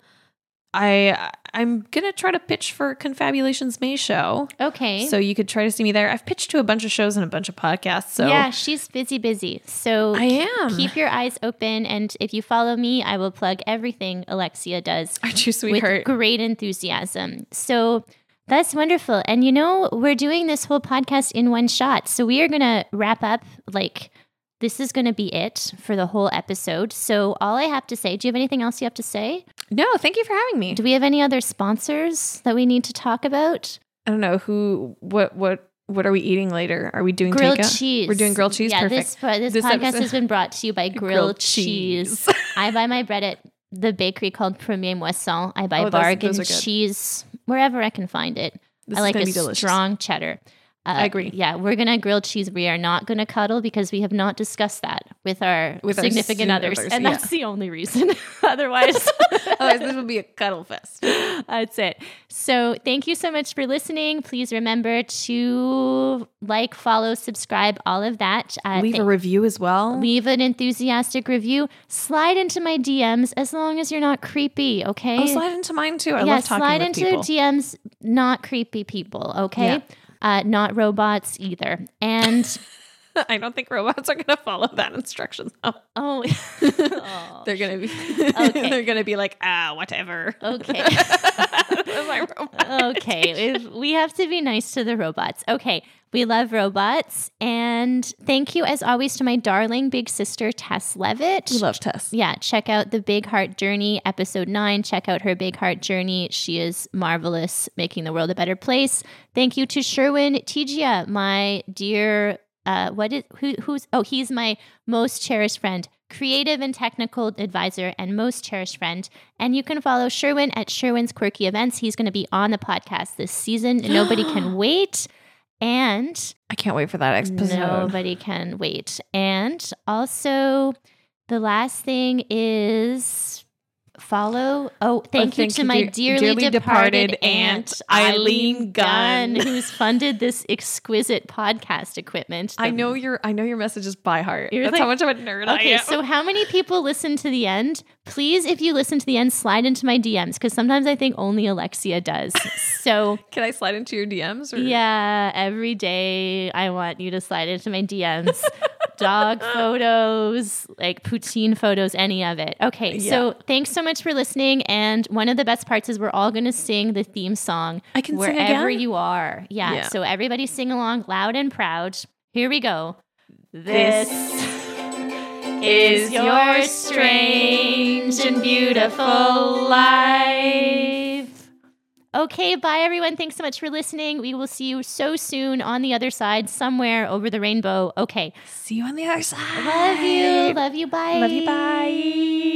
S2: I I'm gonna try to pitch for Confabulations May show,
S1: okay.
S2: so you could try to see me there. I've pitched to a bunch of shows and a bunch of podcasts, so
S1: yeah, she's busy, busy. So
S2: I am.
S1: keep your eyes open, and if you follow me, I will plug everything Alexia does
S2: *laughs* aren't you
S1: with
S2: sweetheart?
S1: great enthusiasm. So that's wonderful. And you know, we're doing this whole podcast in one shot. So we are going to wrap up like this is going to be it for the whole episode. So all I have to say, do you have anything else you have to say?
S2: No, thank you for having me.
S1: Do we have any other sponsors that we need to talk about?
S2: I don't know who what what what are we eating later? Are we doing
S1: Grilled
S2: takeout?
S1: cheese.
S2: We're doing grilled cheese.
S1: Yeah,
S2: Perfect.
S1: this po- this,
S2: This
S1: podcast
S2: episode-
S1: has been brought to you
S2: *laughs*
S1: by Grilled, cheese. I buy my bread at the bakery called Premier Moisson. I buy
S2: Oh, those-
S1: bargain
S2: those are good.
S1: cheese wherever I can find it.
S2: This
S1: I
S2: is
S1: like
S2: gonna
S1: a
S2: be delicious.
S1: strong cheddar. Uh,
S2: I agree.
S1: Yeah, we're gonna grill cheese. We are not gonna cuddle because we have not discussed that with our
S2: With our
S1: significant
S2: significant
S1: others,
S2: others,
S1: and
S2: yeah.
S1: that's the only reason. *laughs*
S2: *laughs*
S1: Otherwise,
S2: Otherwise, Oh, this will be a
S1: *laughs*
S2: cuddle fest.
S1: that's it. So, thank you so much for listening. Please remember to like, follow, subscribe, all of that. Uh,
S2: Leave
S1: thank-
S2: a review as well.
S1: leave an enthusiastic review. Slide into my DMs as long as you're not creepy, okay?
S2: oh, slide into mine too. I
S1: yeah,
S2: love talking
S1: slide
S2: with
S1: into
S2: people.
S1: DMs, not creepy people, okay?
S2: Yeah.
S1: Uh, not robots either. And
S2: *laughs*
S1: *laughs*
S2: I don't think robots are going to follow that instruction. though.
S1: oh, *laughs*
S2: They're going to be.
S1: Okay.
S2: *laughs*
S1: Oh,
S2: they're going to be like ah
S1: *laughs*
S2: whatever.
S1: okay.
S2: *laughs*
S1: oh
S2: My robot.
S1: okay, if- we have to be nice to the robots. Okay, we love robots. And thank you, as always, to my darling big sister, Tess Levitt.
S2: We love Tess.
S1: yeah, check out the Big Heart Journey, episode nine. Check out her Big Heart Journey. She is marvelous, making the world a better place. Thank you to Sherwin Tegia, my dear. Uh, what is who? Who's? Oh, he's my most cherished friend, creative and technical advisor, and most cherished friend. And you can follow Sherwin at Sherwin's Quirky Events. He's going to be on the podcast this season. Nobody can wait. And
S2: I can't wait for that episode.
S1: Nobody can wait. And also, the last thing is follow. Oh, thank you
S2: thank
S1: to
S2: you,
S1: my
S2: dear-
S1: dearly,
S2: dearly
S1: departed,
S2: departed
S1: aunt,
S2: aunt,
S1: Eileen
S2: Eileen
S1: Gunn,
S2: Gunn.
S1: who's funded this exquisite podcast equipment.
S2: I
S1: The-
S2: know your I know your message is by heart.
S1: You're
S2: That's
S1: like-
S2: how much of a nerd I
S1: Okay,
S2: am.
S1: so how many people listen to the end? Please, if you listen to the end, slide into my DMs because sometimes I think only Alexia does. So.
S2: Can I slide into your DMs? Or?
S1: Yeah, every day I want you to slide into my DMs. *laughs*
S2: *laughs*
S1: Dog photos, like poutine photos, any of it. Okay, so thanks so much for listening. And one of the best parts is we're all going to sing the theme song
S2: I can sing
S1: wherever
S2: again?
S1: you are. Yeah,
S2: Yeah.
S1: so everybody sing along loud and proud. Here we go.
S2: This
S1: is your strange and beautiful life. Okay, bye everyone. Thanks so much for listening. We will see you so soon on the other side, somewhere over the rainbow. Okay.
S2: See you on the other side.
S1: Love you. Love you. Bye.
S2: Love you. Bye.